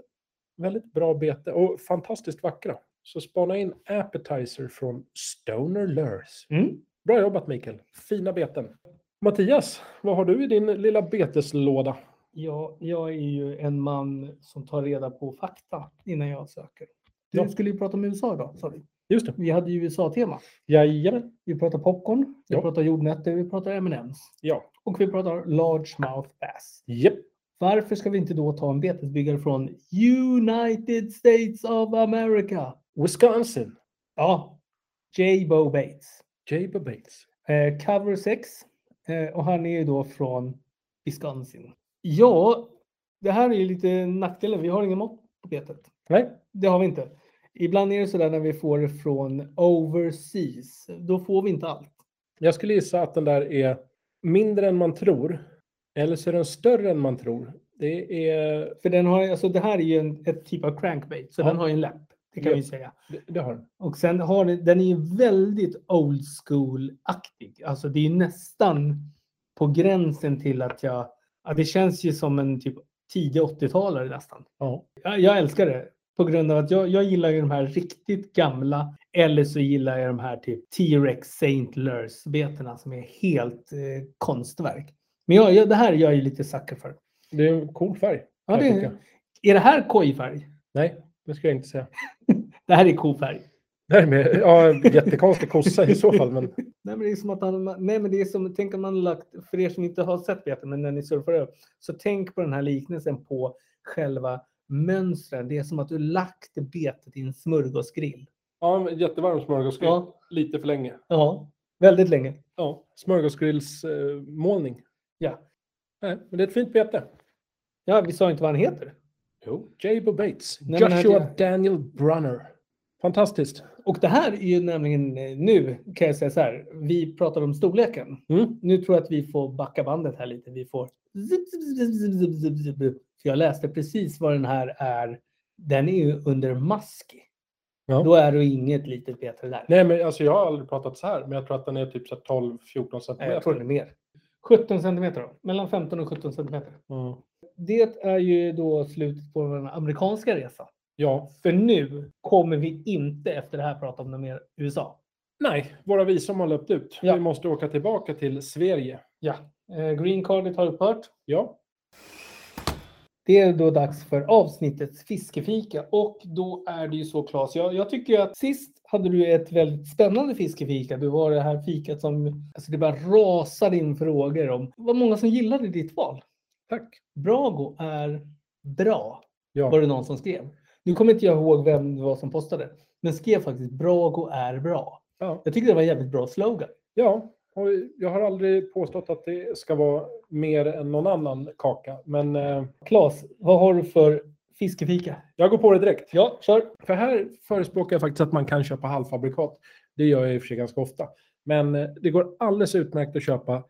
B: väldigt bra bete och fantastiskt vackra. Så spana in Appetizer från Stoner Lures.
C: Mm.
B: Bra jobbat Mikael, fina beten. Mattias, vad har du i din lilla beteslåda?
C: Ja, jag är ju en man som tar reda på fakta innan jag söker. Du
B: Ja.
C: skulle ju prata om USA idag, sa du.
B: Just det,
C: Vi hade ju USA-tema.
B: jajamän.
C: Vi pratar popcorn, vi
B: Ja.
C: pratar jordnötter, vi pratar M&M's
B: Ja,
C: och vi pratar large mouth bass.
B: japp.
C: Varför ska vi inte då ta en betesbyggare från United States of America?
B: Wisconsin,
C: Ja, J. Bo Bates.
B: Jaber Bates.
C: Eh, cover 6 eh, och han är ju då från Wisconsin. Ja, det här är ju lite nackdelen. Vi har ingen mått på betet.
B: Nej,
C: Det har vi inte. Ibland är det sådär när vi får det från overseas. Då får vi inte allt.
B: jag skulle gissa att den där är mindre än man tror. Eller så är den större än man tror. Det är...
C: För den har, alltså det här är ju en, ett typ av crankbait, så
B: Ja.
C: den har ju en läpp. Det kan
B: Ja.
C: vi säga.
B: Det, det har den.
C: Och sen har den, den är ju väldigt old school-aktig. Alltså det är nästan på gränsen till att jag... Ja, det känns ju som en typ tidig 80-talare nästan.
B: Ja.
C: Jag, jag älskar det. På grund av att jag, jag gillar ju de här riktigt gamla. Eller så gillar jag de här typ T-Rex Saint Lurs-betena som är helt eh, konstverk. Men jag, jag, det här är jag ju lite sucker för.
B: Det är en cool färg. kan
C: Ja,
B: jag
C: det,
B: tycka.
C: är det här kojfärg?
B: Nej, det skulle jag inte säga.
C: Det här är kofärg.
B: Därmed, ja, jättekonstig kossa i så fall. Men
C: Nej men det är som att han, nej men det är som, tänk om man lagt, för er som inte har sett beten, men när ni surfar över, så tänk på den här liknelsen på själva mönstren. Det är som att du lagt betet i en smörgåsgrill.
B: ja, en jättevarm smörgåsgrill.
C: Ja.
B: Lite för länge.
C: Ja, väldigt länge.
B: Ja, smörgåsgrillsmålning.
C: Ja.
B: Nej, men det är ett fint bete.
C: Ja, vi sa inte vad han heter.
B: Jo. Jabo Bates.
C: Nej, men
B: Joshua
C: hade
B: Daniel Brunner. Fantastiskt.
C: Och det här är ju nämligen eh, nu kan jag säga så här. Vi pratar om storleken.
B: Mm.
C: Nu tror jag att vi får backa bandet här lite. Vi får zip, zip, zip, zip, zip, zip, zip, zip. För jag läste precis vad den här är. Den är ju under maski.
B: Ja.
C: Då är det inget litet bete där.
B: Nej, men alltså jag har aldrig pratat så här, men jag tror att den är typ så här 12-14
C: Nej, Eh, jag
B: centimeter.
C: tror det är mer. 17 centimeter då. Mellan 15 och 17 centimeter.
B: Ja.
C: Det är ju då slutet på den amerikanska resan.
B: ja.
C: För nu kommer vi inte efter det här prata om något mer USA.
B: Nej, våra visum har löpt ut.
C: Ja.
B: Vi måste åka tillbaka till Sverige.
C: Ja, eh, green cardet har upphört.
B: Ja.
C: Det är då dags för avsnittets fiskefika och då är det ju så Claes, jag, jag tycker ju att sist hade du ett väldigt spännande fiskefika. Du var det här fikat som, alltså det bara rasar in frågor om. Det var många som gillade ditt val.
B: Tack.
C: Brago är bra, var
B: Ja.
C: det någon som skrev. Nu kommer inte jag ihåg vem det var som postade, men skrev faktiskt Brago är bra.
B: Ja.
C: Jag tyckte det var en jävligt bra slogan.
B: Ja, och jag har aldrig påstått att det ska vara mer än någon annan kaka, men eh,
C: Claes, vad har du för fiskefika?
B: jag går på det direkt.
C: Ja, kör.
B: För här förespråkar jag faktiskt att man kan köpa halvfabrikat. Det gör jag i och för sig ganska ofta. Men eh, det går alldeles utmärkt att köpa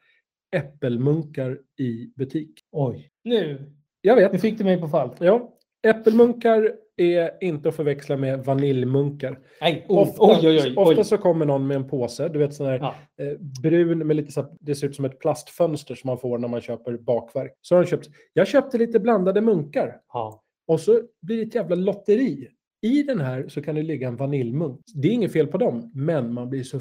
B: äppelmunkar i butik.
C: Oj, nu,
B: Jag
C: nu
B: vet.
C: fick du mig på fall.
B: Ja, äppelmunkar är inte att förväxla med vaniljmunkar.
C: Nej,
B: Ofta,
C: oj, oj, oj.
B: ofta
C: oj.
B: så kommer någon med en påse, du vet sån här
C: Ja.
B: eh, brun med lite så här, det ser ut som ett plastfönster som man får när man köper bakverk. Så har de köpt, jag köpte lite blandade munkar
C: Ja.
B: och så blir det ett jävla lotteri I den här så kan det ligga en vaniljmunk. Det är inget fel på dem, men man blir så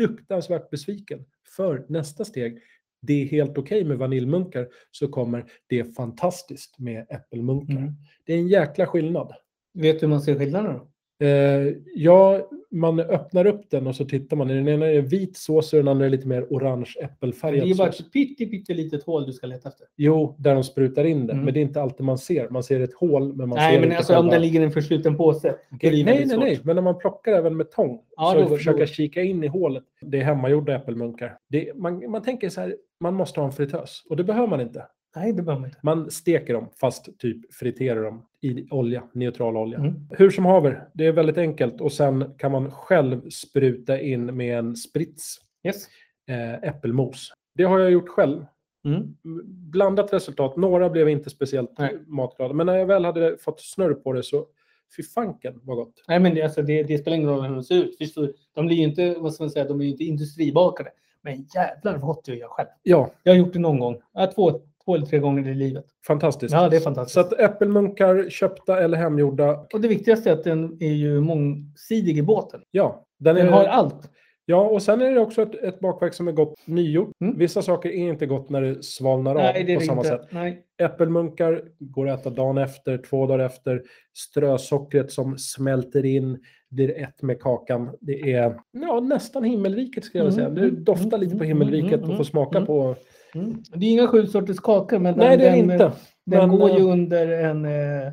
B: fruktansvärt besviken. För nästa steg, det är helt okej med vaniljmunkar, så kommer det är fantastiskt med äppelmunkar.
C: Mm.
B: Det är en jäkla skillnad.
C: Vet du hur man ser skillnaden då?
B: Eh, ja, man öppnar upp den och så tittar man. I den ena är det vit sås och den andra är lite mer orange
C: Det är
B: äppelfärgad
C: ju bara
B: sås.
C: ett pytte, pyttelitet hål du ska leta efter.
B: Jo, där de sprutar in den.
C: Mm.
B: Men det är inte alltid man ser. Man ser ett hål, men man ser
C: Nej, men
B: inte
C: alltså om
B: själva-
C: den ligger i en försluten påse. då är det
B: Nej,
C: ju
B: nej,
C: väldigt
B: nej,
C: svårt.
B: Men när man plockar även med tång.
C: Ja,
B: så
C: då- då-
B: försöka kika in i hålet. Det är hemmagjorda äppelmunkar. Det, man, man tänker så här, man måste ha en fritös. Och det behöver man inte.
C: Nej, det behöver man inte.
B: Man steker dem, fast typ friterar dem i olja, neutral olja.
C: Mm.
B: Hur som haver, det är väldigt enkelt. Och sen kan man själv spruta in med en sprits
C: Yes.
B: eh, äppelmos. Det har jag gjort själv.
C: Mm.
B: Blandat resultat. Några blev inte speciellt
C: Nej.
B: matglada. Men när jag väl hade fått snurr på det så, fy fanken vad gott.
C: Nej, men det, alltså, det, det spelar ingen roll hur de ser ut. Visst, de blir ju inte, vad ska man säga, de är ju inte industribakade. Men jävlar vad gott det är jag själv.
B: Ja,
C: Jag har gjort det någon gång. Ja, två, två eller tre gånger i livet.
B: fantastiskt.
C: Ja, det är fantastiskt.
B: Så att äppelmunkar, köpta eller hemgjorda,
C: Och det viktigaste är att den är ju mångsidig i båten.
B: ja. Den
C: Den
B: är,
C: har allt.
B: ja, och sen är det också ett, ett bakverk som är gott nygjort.
C: Mm.
B: Vissa saker är inte gott när det svalnar
C: Nej,
B: av
C: det är
B: på
C: det
B: samma
C: inte.
B: sätt.
C: Nej.
B: Äppelmunkar går att äta dagen efter, två dagar efter. Strösockret som smälter in blir ett med kakan. Det är ja, nästan himmelriket skulle jag
C: Mm,
B: säga. Det
C: mm,
B: doftar
C: mm,
B: lite på
C: mm,
B: himmelriket
C: mm,
B: och
C: mm,
B: får smaka
C: mm.
B: på.
C: Mm. Det är inga sju sorters kakor, men
B: Nej,
C: den,
B: det är det
C: den,
B: inte.
C: den
B: Men,
C: går ju
B: eh,
C: under en... Eh,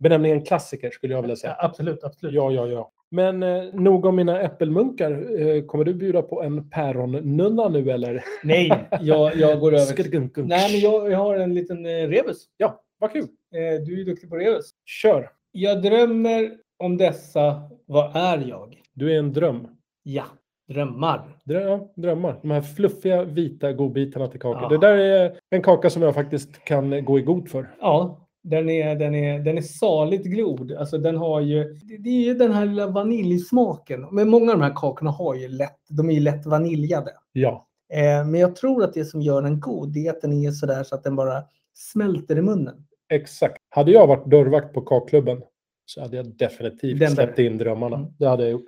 B: benämningen klassiker skulle jag vilja säga.
C: ja, absolut, absolut.
B: Ja, ja, ja. Men eh, nog om mina äppelmunkar. Eh, kommer du bjuda på en päronnunna nu eller?
C: Nej, jag, jag <laughs> går över. till-
B: Skadgunkunk.
C: Nej, men jag, jag har en liten eh, rebus.
B: Ja, vad kul.
C: Eh, du är ju duktig på rebus.
B: Kör.
C: Jag drömmer om dessa. Vad är jag?
B: Du är en dröm.
C: Ja, drömmar.
B: Drö- ja, drömmar. De här fluffiga vita godbitarna till kakor.
C: Ah.
B: Det där är en kaka som jag faktiskt kan gå i god för.
C: Ja, den är, den är, den är saligt glod. Alltså den har ju, det, det är ju den här lilla vaniljsmaken. Men många av de här kakorna har ju lätt, de är ju lätt vaniljade.
B: Ja,
C: Eh, men jag tror att det som gör den god det är att den är sådär så att den bara smälter i munnen.
B: exakt. Hade jag varit dörrvakt på kakklubben så hade jag definitivt
C: Den där.
B: släppt in drömmarna.
C: Mm.
B: Det hade jag gjort.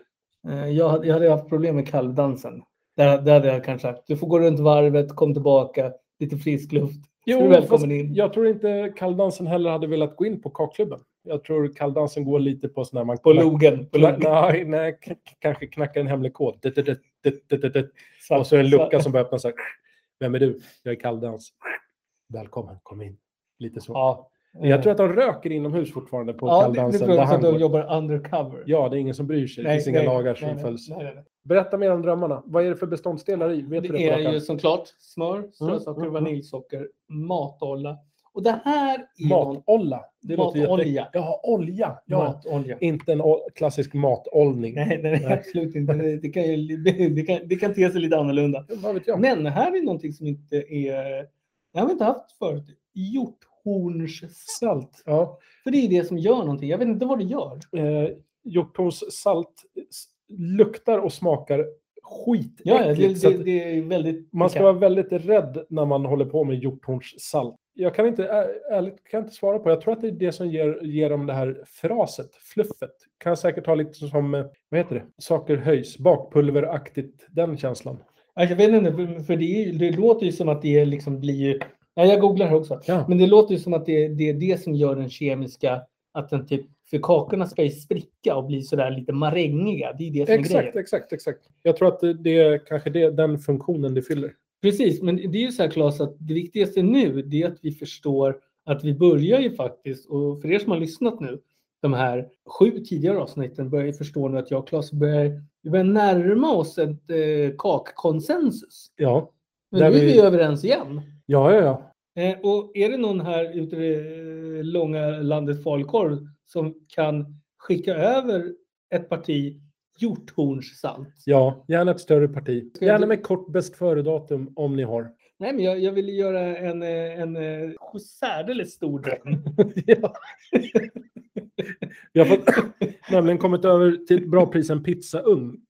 C: Eh, jag, hade- jag hade haft problem med kalvdansen. Där, där hade jag kanske sagt, du får gå runt varvet, kom tillbaka, lite frisk luft.
B: Jo,
C: du är
B: fast
C: välkommen in.
B: jag tror inte kalldansen heller hade velat gå in på kakklubben. Jag tror kalldansen går lite på sån här... Man
C: På logen. På
B: Kla-
C: logen.
B: Nej, nej, k- k- kanske knacka en hemlig kod. Det, det, det, det, det, det, det. Och så en lucka som börjar öppnas. så här. Vem är du? Jag är kalldans. Välkommen, kom in. Lite så.
C: Ja.
B: Jag tror att de röker inomhus fortfarande på
C: ja, det, det
B: kalldansen.
C: tror jag
B: där
C: också
B: han
C: att de
B: går.
C: jobbar undercover.
B: Ja, det är ingen som bryr sig. det finns inga lagar som
C: nej,
B: följs.
C: Nej, nej, nej.
B: Berätta mer om drömmarna. Vad är det för beståndsdelar i? Vet du
C: Det är
B: på rak
C: ju
B: arm?
C: såklart smör, strösocker,
B: mm, mm.
C: vaniljsocker, matolja. Och det här är någon
B: Matolla. Det låter
C: Matolja.
B: jätte- Ja, olja. Ja.
C: matolja.
B: Inte en o- klassisk matollning.
C: Nej, nej, nej,
B: Nej.
C: absolut inte. Det, det, kan ju, li- det, kan, det kan te sig lite annorlunda.
B: Vad vet jag?
C: Men här är någonting som inte är... Jag har vi inte haft förut. Hjorthornssalt.
B: Salt. Ja.
C: För det är det som gör någonting. Jag vet inte vad det gör.
B: eh, hjortons salt s- luktar och smakar skitäckligt.
C: Ja, det,
B: så att
C: det, det är väldigt...
B: man ska vara väldigt rädd när man håller på med hjortons salt. Jag kan inte, är- ärligt, kan jag inte svara på. Jag tror att det är det som ger, ger dem det här fraset, fluffet. Kan säkert ha lite som, eh, vad heter det, saker höjs, bakpulveraktigt, den känslan.
C: Ja, Alltså, Jag vet inte, för- för det, är- det låter ju som att det liksom blir... ju- Ja, jag googlar här också.
B: Ja.
C: Men det låter ju som att det, det är det som gör den kemiska, att den typ, för kakorna ska ju spricka och bli sådär lite marängiga. Det är det som är
B: Exakt,
C: grejen.
B: exakt, exakt. Jag tror att det- det är kanske det, den funktionen det fyller.
C: Precis, men det är ju så här Claes att det viktigaste nu det är att vi förstår att vi börjar ju faktiskt, och för er som har lyssnat nu, de här sju tidigare avsnitten börjar ju förstå nu att jag och Claes börjar, vi börjar närma oss ett eh, kakkonsensus.
B: Ja,
C: Men
B: Där
C: nu är
B: vi-
C: vi överens igen.
B: ja, ja. ja.
C: Eh, och är det någon här ute i det eh, långa landet falukorv som kan skicka över ett parti hjorthornssalt?
B: Ja, gärna ett större parti.
C: Ska jag
B: Gärna
C: bli-
B: med kort bäst före-datum om ni har.
C: Nej, men jag, jag ville göra en, eh, en eh, särdeles stor dröm. <laughs>
B: Ja. Vi har
C: <laughs>
B: fått, nämligen kommit över till ett bra pris en pizzaugn.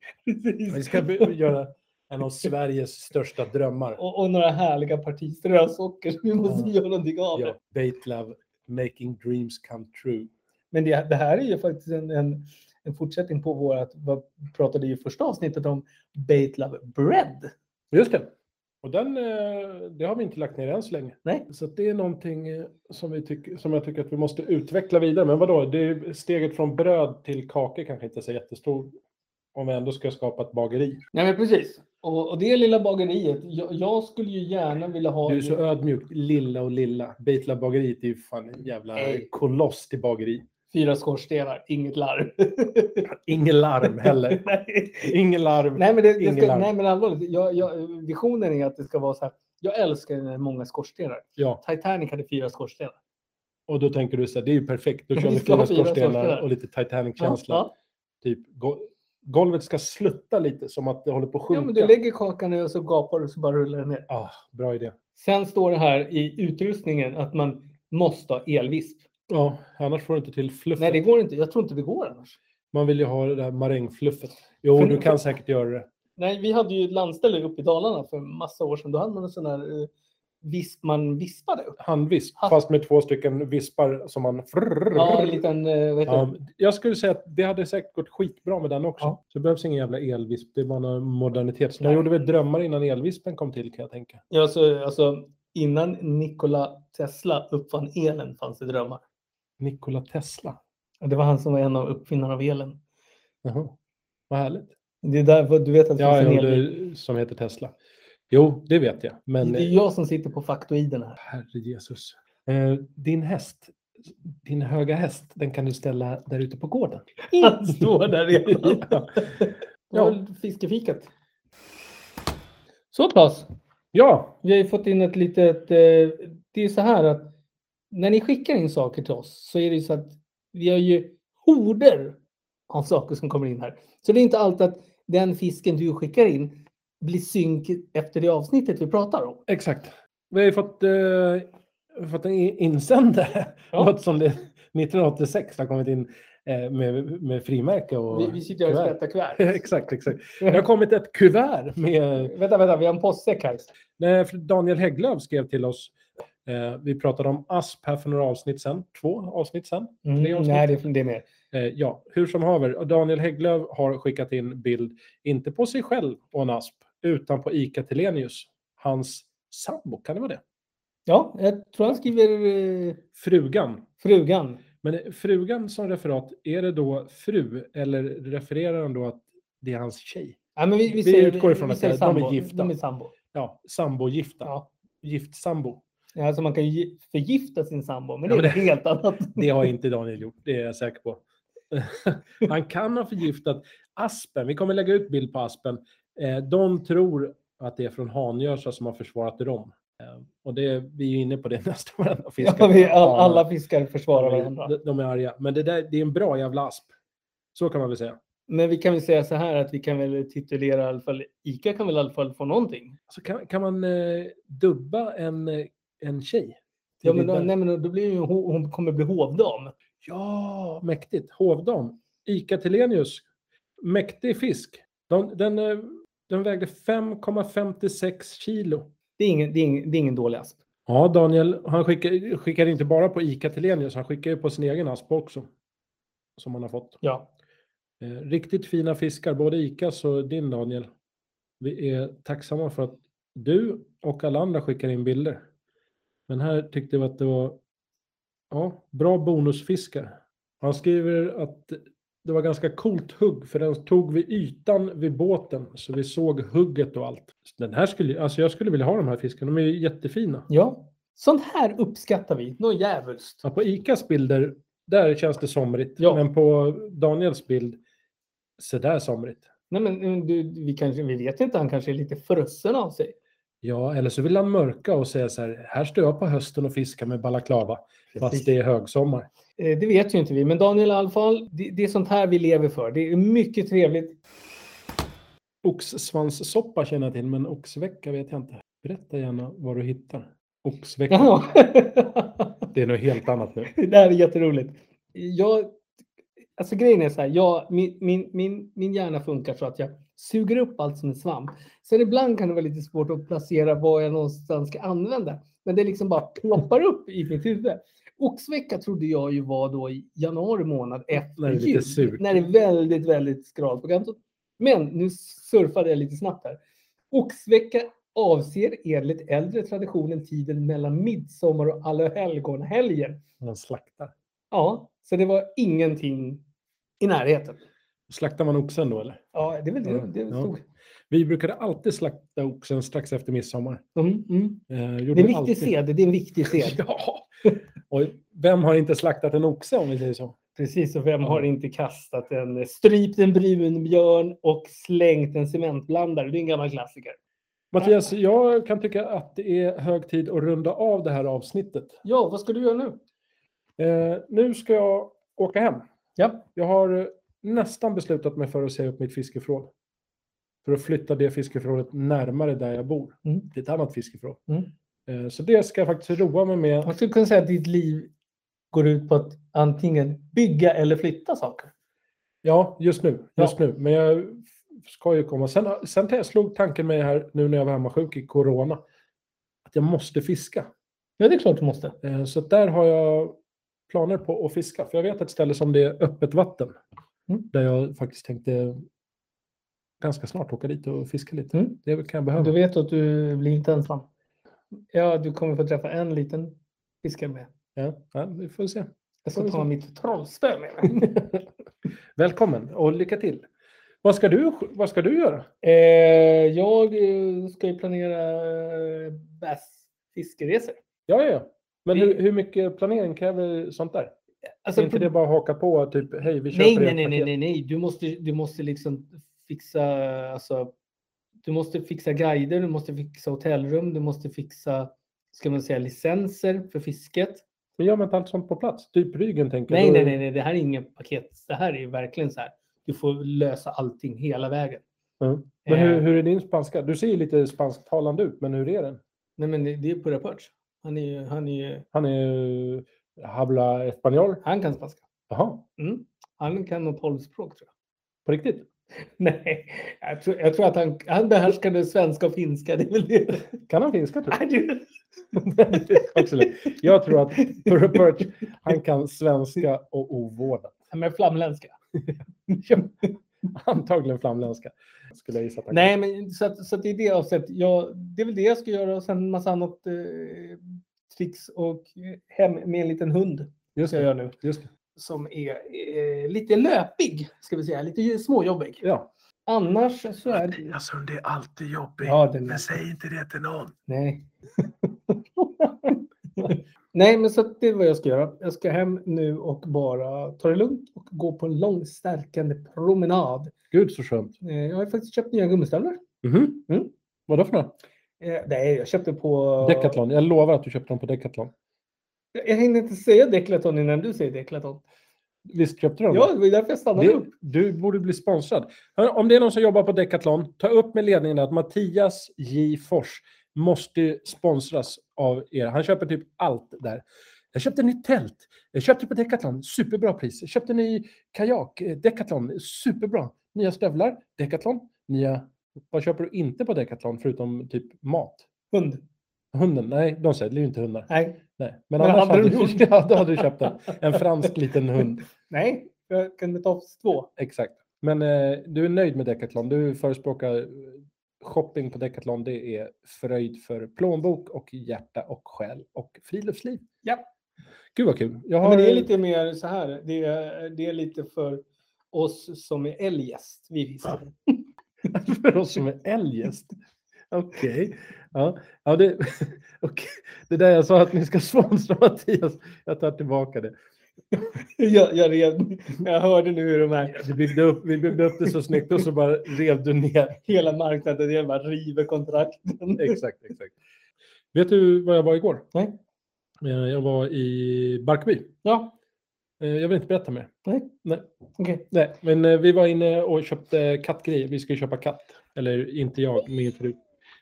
B: Vi ska be- göra en av Sveriges största drömmar.
C: och, och några härliga partiströsocker. Vi måste
B: Ja.
C: göra någonting av
B: Ja,
C: det.
B: Baitlove, Making Dreams Come True.
C: Men det, det här är ju faktiskt en, en, en fortsättning på vårt, vad vi pratade i första avsnittet om Bait Love Bread.
B: Just det. Och den, eh, det har vi inte lagt ner än så länge.
C: Nej.
B: Så att det är någonting eh, som, vi tycker, som jag tycker att vi måste utveckla vidare. Men vadå, det är steget från bröd till kaka kanske inte är så jättestort om vi ändå ska skapa ett bageri.
C: Nej men precis. Och, och det lilla bageriet, jag, jag skulle ju gärna vilja ha...
B: Du är så ödmjuk. Lilla och lilla. Bejtla bageriet är ju fan en jävla
C: Nej.
B: koloss till bageri.
C: Fyra skorstenar, inget larm.
B: Ingen larm heller.
C: <laughs> Nej.
B: Ingen larm.
C: Nej men, det, det
B: Ingen
C: ska,
B: larm.
C: nej men allvarligt, jag, jag, visionen är att det ska vara så här. Jag älskar när det är många skorstenar.
B: Ja,
C: Titanic hade fyra skorstenar.
B: och då tänker du så här, det är ju perfekt. Då kör vi
C: Vi ska ha
B: fyra
C: fyra
B: skorstenar
C: skorstenar.
B: och lite Titanic-känsla.
C: Ja,
B: Typ, go- golvet ska slutta lite som att det håller på att
C: ja.
B: sjunka.
C: ja men du lägger kakan ner och så gapar du och så bara rullar den ner.
B: ah, bra idé.
C: Sen står det här i utrustningen att man måste ha elvisp.
B: Ja, annars får du inte till fluffet.
C: Nej det går inte, jag tror inte det går annars.
B: Man vill ju ha det där marängfluffet. Jo,
C: För-
B: du kan säkert göra det.
C: Nej, vi hade ju ett landställe uppe i Dalarna för massa år sedan. Då hade man en sån här eh, visp man vispade upp.
B: Handvisp,
C: Ha-
B: fast med två stycken vispar som man...
C: Ja, en liten, eh, vad heter
B: Ja,
C: det?
B: jag skulle säga att det hade säkert gått skitbra med den också.
C: Ja.
B: Så det behövs ingen jävla elvisp. Det är bara någon modernitet. Så de
C: Nej.
B: gjorde väl drömmar innan elvispen kom till kan jag tänka.
C: Ja, alltså, alltså, innan Nikola Tesla uppfann elen fanns det drömmar.
B: Nikola Tesla.
C: Och Det var han som var en av uppfinnarna av elen.
B: Jaha. Vad härligt.
C: Det är därför du vet att det
B: Ja,
C: finns
B: jo,
C: en elbil.
B: det, som heter Tesla. Jo, det vet jag. Men eh,
C: Det är jag som sitter på faktoiderna här.
B: herre Jesus. Eh, din häst, din höga häst, den kan du ställa där ute på
C: <laughs>
B: gården.
C: Han
B: <laughs>
C: står <laughs> där redan.
B: Ja.
C: Det var väl fiskefikat. Så Claes,
B: Ja,
C: vi har ju fått in ett litet... eh, Det är så här att när ni skickar in saker till oss så är det ju så att vi har ju horder av saker som kommer in här. Så det är inte alltid att den fisken du skickar in blir synk efter det avsnittet vi pratar om.
B: exakt. Vi har ju fått, eh, vi har fått en i- insändare. <laughs>
C: Ja.
B: Något som det, 1986 har kommit in eh, med, med frimärke och
C: Vi, vi sitter här
B: kuvert.
C: och sprättar <laughs>
B: <laughs>
C: kuvert.
B: Exakt, exakt. Det har kommit ett kuvert med
C: Vänta, vänta, vi har en postsäck här.
B: Nej, för Daniel Hägglöf skrev till oss. Eh, vi pratade om asp här för några avsnitt sen. Två avsnitt sen. Tre avsnitt.
C: Mm, nej, det, det är mer.
B: Eh, ja, hur som haver. Och Daniel Hägglöf har skickat in bild, inte på sig själv och en asp, utan på Ica Telenius. Hans sambo, kan det vara det?
C: Ja, jag tror han skriver eh,
B: Frugan.
C: frugan.
B: Men eh, frugan som referat, är det då fru eller refererar han då att det är hans tjej?
C: Ja, men vi, vi,
B: Vi
C: säger,
B: utgår ifrån
C: vi
B: att
C: säger
B: de är
C: sambo.
B: gifta.
C: De är sambo.
B: Ja, sambogifta.
C: Ja.
B: Gift sambo.
C: Ja, Alltså man kan ju gi- förgifta sin sambo, men det
B: Ja,
C: är
B: men det-
C: helt annat.
B: <laughs> Det har inte Daniel gjort, det är jag säker på. <laughs> Han kan ha förgiftat aspen. Vi kommer lägga ut bild på aspen. Eh, De tror att det är från hangörsar som har försvarat rom. Eh, Och det, vi är ju inne på det <laughs> nästan varenda fiskar.
C: Ja, vi, all, alla fiskar försvarar varandra.
B: de, de är arga. Men det, där, det är en bra jävla asp. Så kan man väl säga.
C: Men vi kan väl säga så här att vi kan väl titulera i alla fall, ICA kan väl i alla fall få någonting.
B: Alltså, kan, kan man eh, dubba en, eh, en tjej?
C: Ja, men, då-
B: Till
C: nej, men då blir ju, hon hon kommer bli hovdam.
B: Ja, mäktigt. Hovdam. Ica Telenius. Mäktig fisk. De, den, eh, den vägde 5,56 kilo.
C: Det är ingen, det är ingen, det är ingen dålig asp.
B: Ja, Daniel, han skickar, skickar inte bara på Ica Telenius, han skickar ju på sin egen asp också. Som han har fått.
C: Ja.
B: Eh, riktigt fina fiskar, både Icas och din Daniel. Vi är tacksamma för att du och alla andra skickar in bilder. Men här tyckte vi att det var ja, bra bonusfiskar. Han skriver att det var ganska coolt hugg för den tog vid ytan vid båten så vi såg hugget och allt. Den här skulle, alltså jag skulle vilja ha de här fiskarna, de är ju jättefina.
C: ja. Sånt här uppskattar vi. Något djävulskt.
B: Ja, på Icas bilder, där känns det somrigt.
C: Ja.
B: Men på Daniels bild, så där somrigt.
C: Nej, men men du, vi, kanske, vi vet inte, han kanske är lite frusen av sig.
B: Ja, eller så vill han mörka och säga så här, här står jag på hösten och fiskar med balaklava, fast det är högsommar.
C: Eh, Det vet ju inte vi, men Daniel i alla fall, det, det är sånt här vi lever för. Det är mycket trevligt.
B: Oxsvanssoppa känner jag till, men oxvecka vet jag inte. Berätta gärna vad du hittar. Oxvecka,
C: Jaha. <laughs>
B: det är något helt annat nu.
C: det här är jätteroligt. Jag, alltså grejen är så här, jag, min, min, min, min hjärna funkar så att jag suger upp allt som är svamp. Sen ibland kan det vara lite svårt att placera vad jag någonstans ska använda. Men det liksom bara ploppar upp i mitt huvud. Oxvecka trodde jag ju var då i januari månad efter
B: När det är lite
C: jul.
B: surt.
C: När det är väldigt, väldigt skralt på kanten. Men nu surfade jag lite snabbt här. Oxvecka avser enligt äldre traditionen tiden mellan midsommar och alla helgonhelgen.
B: Man slaktar.
C: Ja, så det var ingenting i närheten.
B: Slaktar man oxen då eller?
C: Ja, det är väl det. det
B: Ja.
C: stod.
B: Vi brukade alltid slakta oxen strax efter midsommar.
C: Mm, mm.
B: Eh, gjorde
C: Det är
B: vi
C: en viktig
B: alltid.
C: sed. Det är en viktig <laughs> sed.
B: Ja. Och vem har inte slaktat en oxe om vi säger så?
C: Precis, och vem
B: Ja.
C: har inte kastat en eh, strypt en brun björn och slängt en cementblandare? Det är en gammal klassiker.
B: Mattias, jag kan tycka att det är hög tid att runda av det här avsnittet.
C: Ja, vad ska du göra nu?
B: Eh, nu ska jag åka hem.
C: Ja,
B: Jag har eh, nästan beslutat mig för att säga upp mitt fiskeförråd. För att flytta det fiskeförrådet närmare där jag bor.
C: Mm.
B: Det är ett annat fiskeförråd.
C: Mm.
B: Eh, så det ska jag faktiskt roa mig med.
C: man skulle kunna säga att ditt liv går ut på att antingen bygga eller flytta saker.
B: Ja, just nu. Just
C: Ja.
B: nu. Men jag f- ska ju komma. Sen, sen jag slog tanken mig här nu när jag var hemmasjuk i corona. Att jag måste fiska.
C: Ja, det är klart du måste.
B: Eh, Så att där har jag planer på att fiska. För jag vet ett ställe som det är öppet vatten.
C: Mm.
B: Där jag faktiskt tänkte ganska snart åka dit och fiska lite.
C: Mm.
B: Det kan jag behöva.
C: Du vet att du blir inte ensam. Ja, du kommer få träffa en liten fiskare med.
B: Ja, ja, vi får se. <laughs>
C: Jag ska
B: Får vi
C: ta
B: se.
C: mitt trollspö med mig. <laughs>
B: Välkommen och lycka till. Vad ska du, vad ska du göra?
C: eh, jag eh, ska ju planera eh, bass fiskeresor.
B: Ja, ja, ja. Men
C: Vi-
B: hur, hur mycket planering kräver sånt där?
C: Alltså,
B: är inte det bara att haka på? Typ, hej, vi köper
C: Nej,
B: ett
C: nej, nej, nej,
B: paket."
C: nej, nej. Du måste, du måste liksom fixa, alltså, du måste fixa guider, du måste fixa hotellrum, du måste fixa, ska man säga, licenser för fisket.
B: Men gör man inte allt sånt på plats? Typ ryggen tänker
C: Nej,
B: Då-
C: nej, nej, nej, det här är inget paket. Det här är ju verkligen så här. Du får lösa allting hela vägen.
B: Mm. Men hur,
C: Eh.
B: hur är din spanska? Du ser ju lite spansktalande ut, men hur är den?
C: Nej, men det, det är Purra Perch. Han är ju, han är ju,
B: Han är ju habla espanol.
C: han kan spanska.
B: Jaha,
C: Mm. Han kan nog tolv språk tror jag.
B: på riktigt?
C: <laughs> Nej, jag tror, jag tror att han, han behärskar det svenska och finska. Det är väl det.
B: Kan han finska tror
C: Nej, du-
B: du? <laughs> Absolut. Jag tror att
C: <laughs>
B: Purre Perch, han kan svenska och ovårdat.
C: Nej, Men flamländska.
B: <laughs> Antagligen flamländska. Skulle jag gissa att han
C: Nej, men så, att, så att det är det avsett. Jag, det är väl det jag ska göra och sen en massa annat eh, tricks och eh, hem med en liten hund
B: kan. Just
C: ska jag
B: det.
C: göra nu.
B: Just det.
C: Som är eh, lite löpig, ska vi säga. Lite ju- småjobbig.
B: Ja.
C: Annars så är det...
B: Alltså, det är alltid jobbigt.
C: Ja, den är...
B: säg inte det till någon.
C: Nej. <laughs> Nej, men så att det är vad jag ska göra. Jag ska hem nu och bara ta det lugnt och gå på en lång stärkande promenad.
B: Gud så skönt.
C: Eh, Jag har faktiskt köpt nya gummistövlar.
B: Mhm.
C: Mm.
B: Vadå för något?
C: Eh, Nej, jag köpte på...
B: Decathlon. Jag lovar att du köpte dem på Decathlon.
C: Jag hinner inte säga Declaton innan du säger Declaton.
B: Visst köpte du dem?
C: Ja, det var därför jag stannade
B: Det,
C: upp.
B: du borde bli sponsrad. Hör, Om det är någon som jobbar på Decathlon, ta upp med ledningen att Mattias J. Fors måste sponsras av er. Han köper typ allt där. Jag köpte ett nytt tält. Jag köpte på Decathlon. Superbra pris. Jag köpte en ny kajak. eh, Decathlon. Superbra. Nya stövlar. Decathlon. Nya... Vad köper du inte på Decathlon förutom typ mat?
C: Hund.
B: Hunden? Nej, de säljer ju inte hundar.
C: Nej.
B: Nej. Men,
C: Men
B: annars
C: hade
B: hade
C: du
B: du,
C: gjort
B: <laughs> ja, då hade du köpt en, en fransk liten hund.
C: Nej, jag kunde ta oss två.
B: Exakt. Men eh, du är nöjd med Decathlon. Du förespråkar eh, shopping på Decathlon. Det är fröjd för plånbok och hjärta och själ och friluftsliv.
C: Ja.
B: Gud vad kul. Jag
C: Ja,
B: har...
C: men det är lite mer så här. Det är, det är lite för oss som är eljest. Vi fiskar.
B: <laughs> för oss som är eljest. Okej. Ja. Ja, det... <laughs> okej. det där jag sa att ni ska <laughs> sponsra Mattias, jag tar tillbaka det.
C: Jag, jag, rev, jag hörde nu hur de här
B: Vi byggde upp, vi byggde upp det så snyggt och så bara <laughs> rev du ner.
C: hela marknaden jag bara river kontrakten.
B: Exakt, exakt. Vet du var jag var igår?
C: Nej.
B: Eh, Jag var i Barkarby.
C: <laughs> Ja,
B: Eh, Jag vill inte berätta mer.
C: Nej.
B: Nej,
C: okej.
B: nej. men eh, vi var inne och köpte kattgrejer. Vi skulle köpa katt. Eller inte jag, min fru.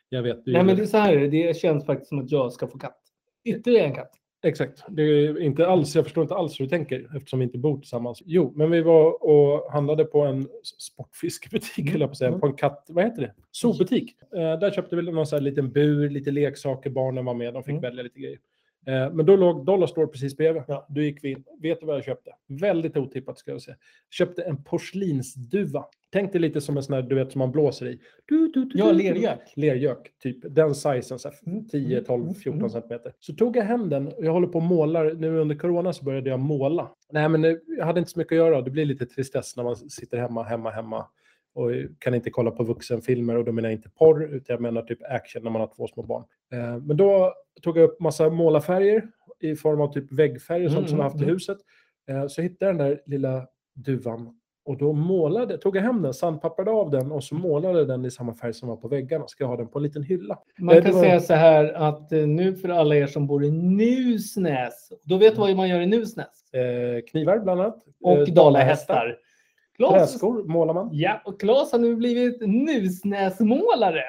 B: Jag vet. Du
C: Nej, men
B: gillar
C: det är så här. Det känns faktiskt som att jag ska få katt. Ytterligare en katt.
B: Exakt. Det är inte alls, jag förstår inte alls hur du tänker eftersom vi inte bor tillsammans. Jo, men vi var och handlade på en sportfiskebutik, höll jag på att säga.
C: Mm.
B: På en katt... Vad heter det? Zoobutik. Eh, där köpte vi någon så här liten bur, lite leksaker. Barnen var med. De fick
C: Mm.
B: välja lite grejer. Eh, Men då låg Dollarstore precis bredvid.
C: Ja.
B: Då gick vi in. Vet du vad jag köpte? Väldigt otippat ska jag säga. Köpte en porslinsduva. Tänk dig lite som en sån här, du vet, som man blåser i. Du, du, du,
C: Jag har
B: du, du.
C: lergök.
B: Lergök, typ. Den sizen, så här,
C: Mm,
B: 10,
C: mm,
B: 12,
C: mm,
B: 14
C: mm.
B: centimeter. Så tog jag hem den och jag håller på och målar. Nu under corona så började jag måla. Nej, men eh, jag hade inte så mycket att göra. Det blir lite tristess när man sitter hemma, hemma, hemma och eh, kan inte kolla på vuxenfilmer och då menar jag inte porr utan jag menar typ action när man har två små barn. Eh, Men då tog jag upp massa målarfärger i form av typ väggfärger och sånt
C: Mm,
B: som jag haft i
C: mm.
B: huset. Eh, Så hittade jag den där lilla duvan och då målade, tog jag hem den, sandpapprade av den och så målade den i samma färg som var på väggarna. Ska jag ha den på en liten hylla.
C: Man
B: Nej,
C: kan
B: det var-
C: säga så här att eh, nu för alla er som bor i Nusnäs, då vet du vad man gör i Nusnäs.
B: Eh, knivar bland annat.
C: Och
B: eh,
C: dalahästar. Claes,
B: Träskor målar man.
C: ja, och Claes har nu blivit Nusnäsmålare.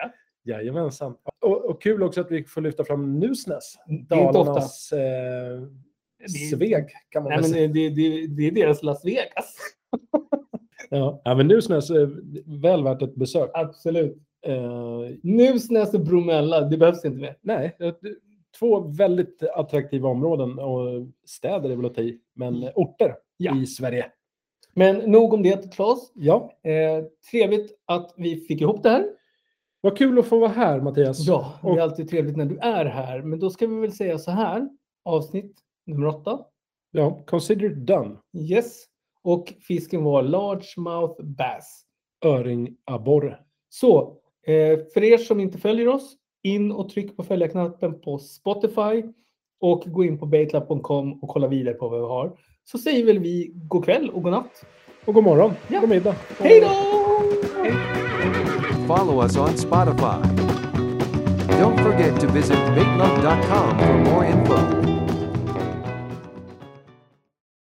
B: Jajamensan. Och, och kul också att vi får lyfta fram Nusnäs.
C: Det är inte ofta.
B: Dalarnas eh,
C: Det är-
B: Sveg kan man
C: Nej,
B: väl
C: men
B: säga.
C: det, det, det, det är deras Las Vegas.
B: Ja. ja, men Nusnäs är väl värt ett besök.
C: Absolut.
B: Eh,
C: Nusnäs och Bromölla, det behövs inte mer.
B: Nej, eh, två väldigt attraktiva områden och städer är väl att ta i, men orter
C: Mm. Ja.
B: i Sverige.
C: Men nog om det, Claes.
B: Ja,
C: Eh, trevligt att vi fick ihop det här.
B: vad kul att få vara här Mattias.
C: Ja, det
B: Och-
C: är alltid trevligt när du är här. Men då ska vi väl säga så här. Avsnitt nummer åtta.
B: ja consider it done.
C: Yes. Och fisken var largemouth bass.
B: Öringabborre.
C: Så, eh, för er som inte följer oss, in och tryck på följa-knappen på Spotify och gå in på baitlab.com och kolla vidare på vad vi har. Så säger väl vi god kväll och god natt.
B: Och god morgon,
C: Ja.
B: god middag.
C: Hej då!
A: Follow us on Spotify. Don't forget to visit bitlove.com for more info.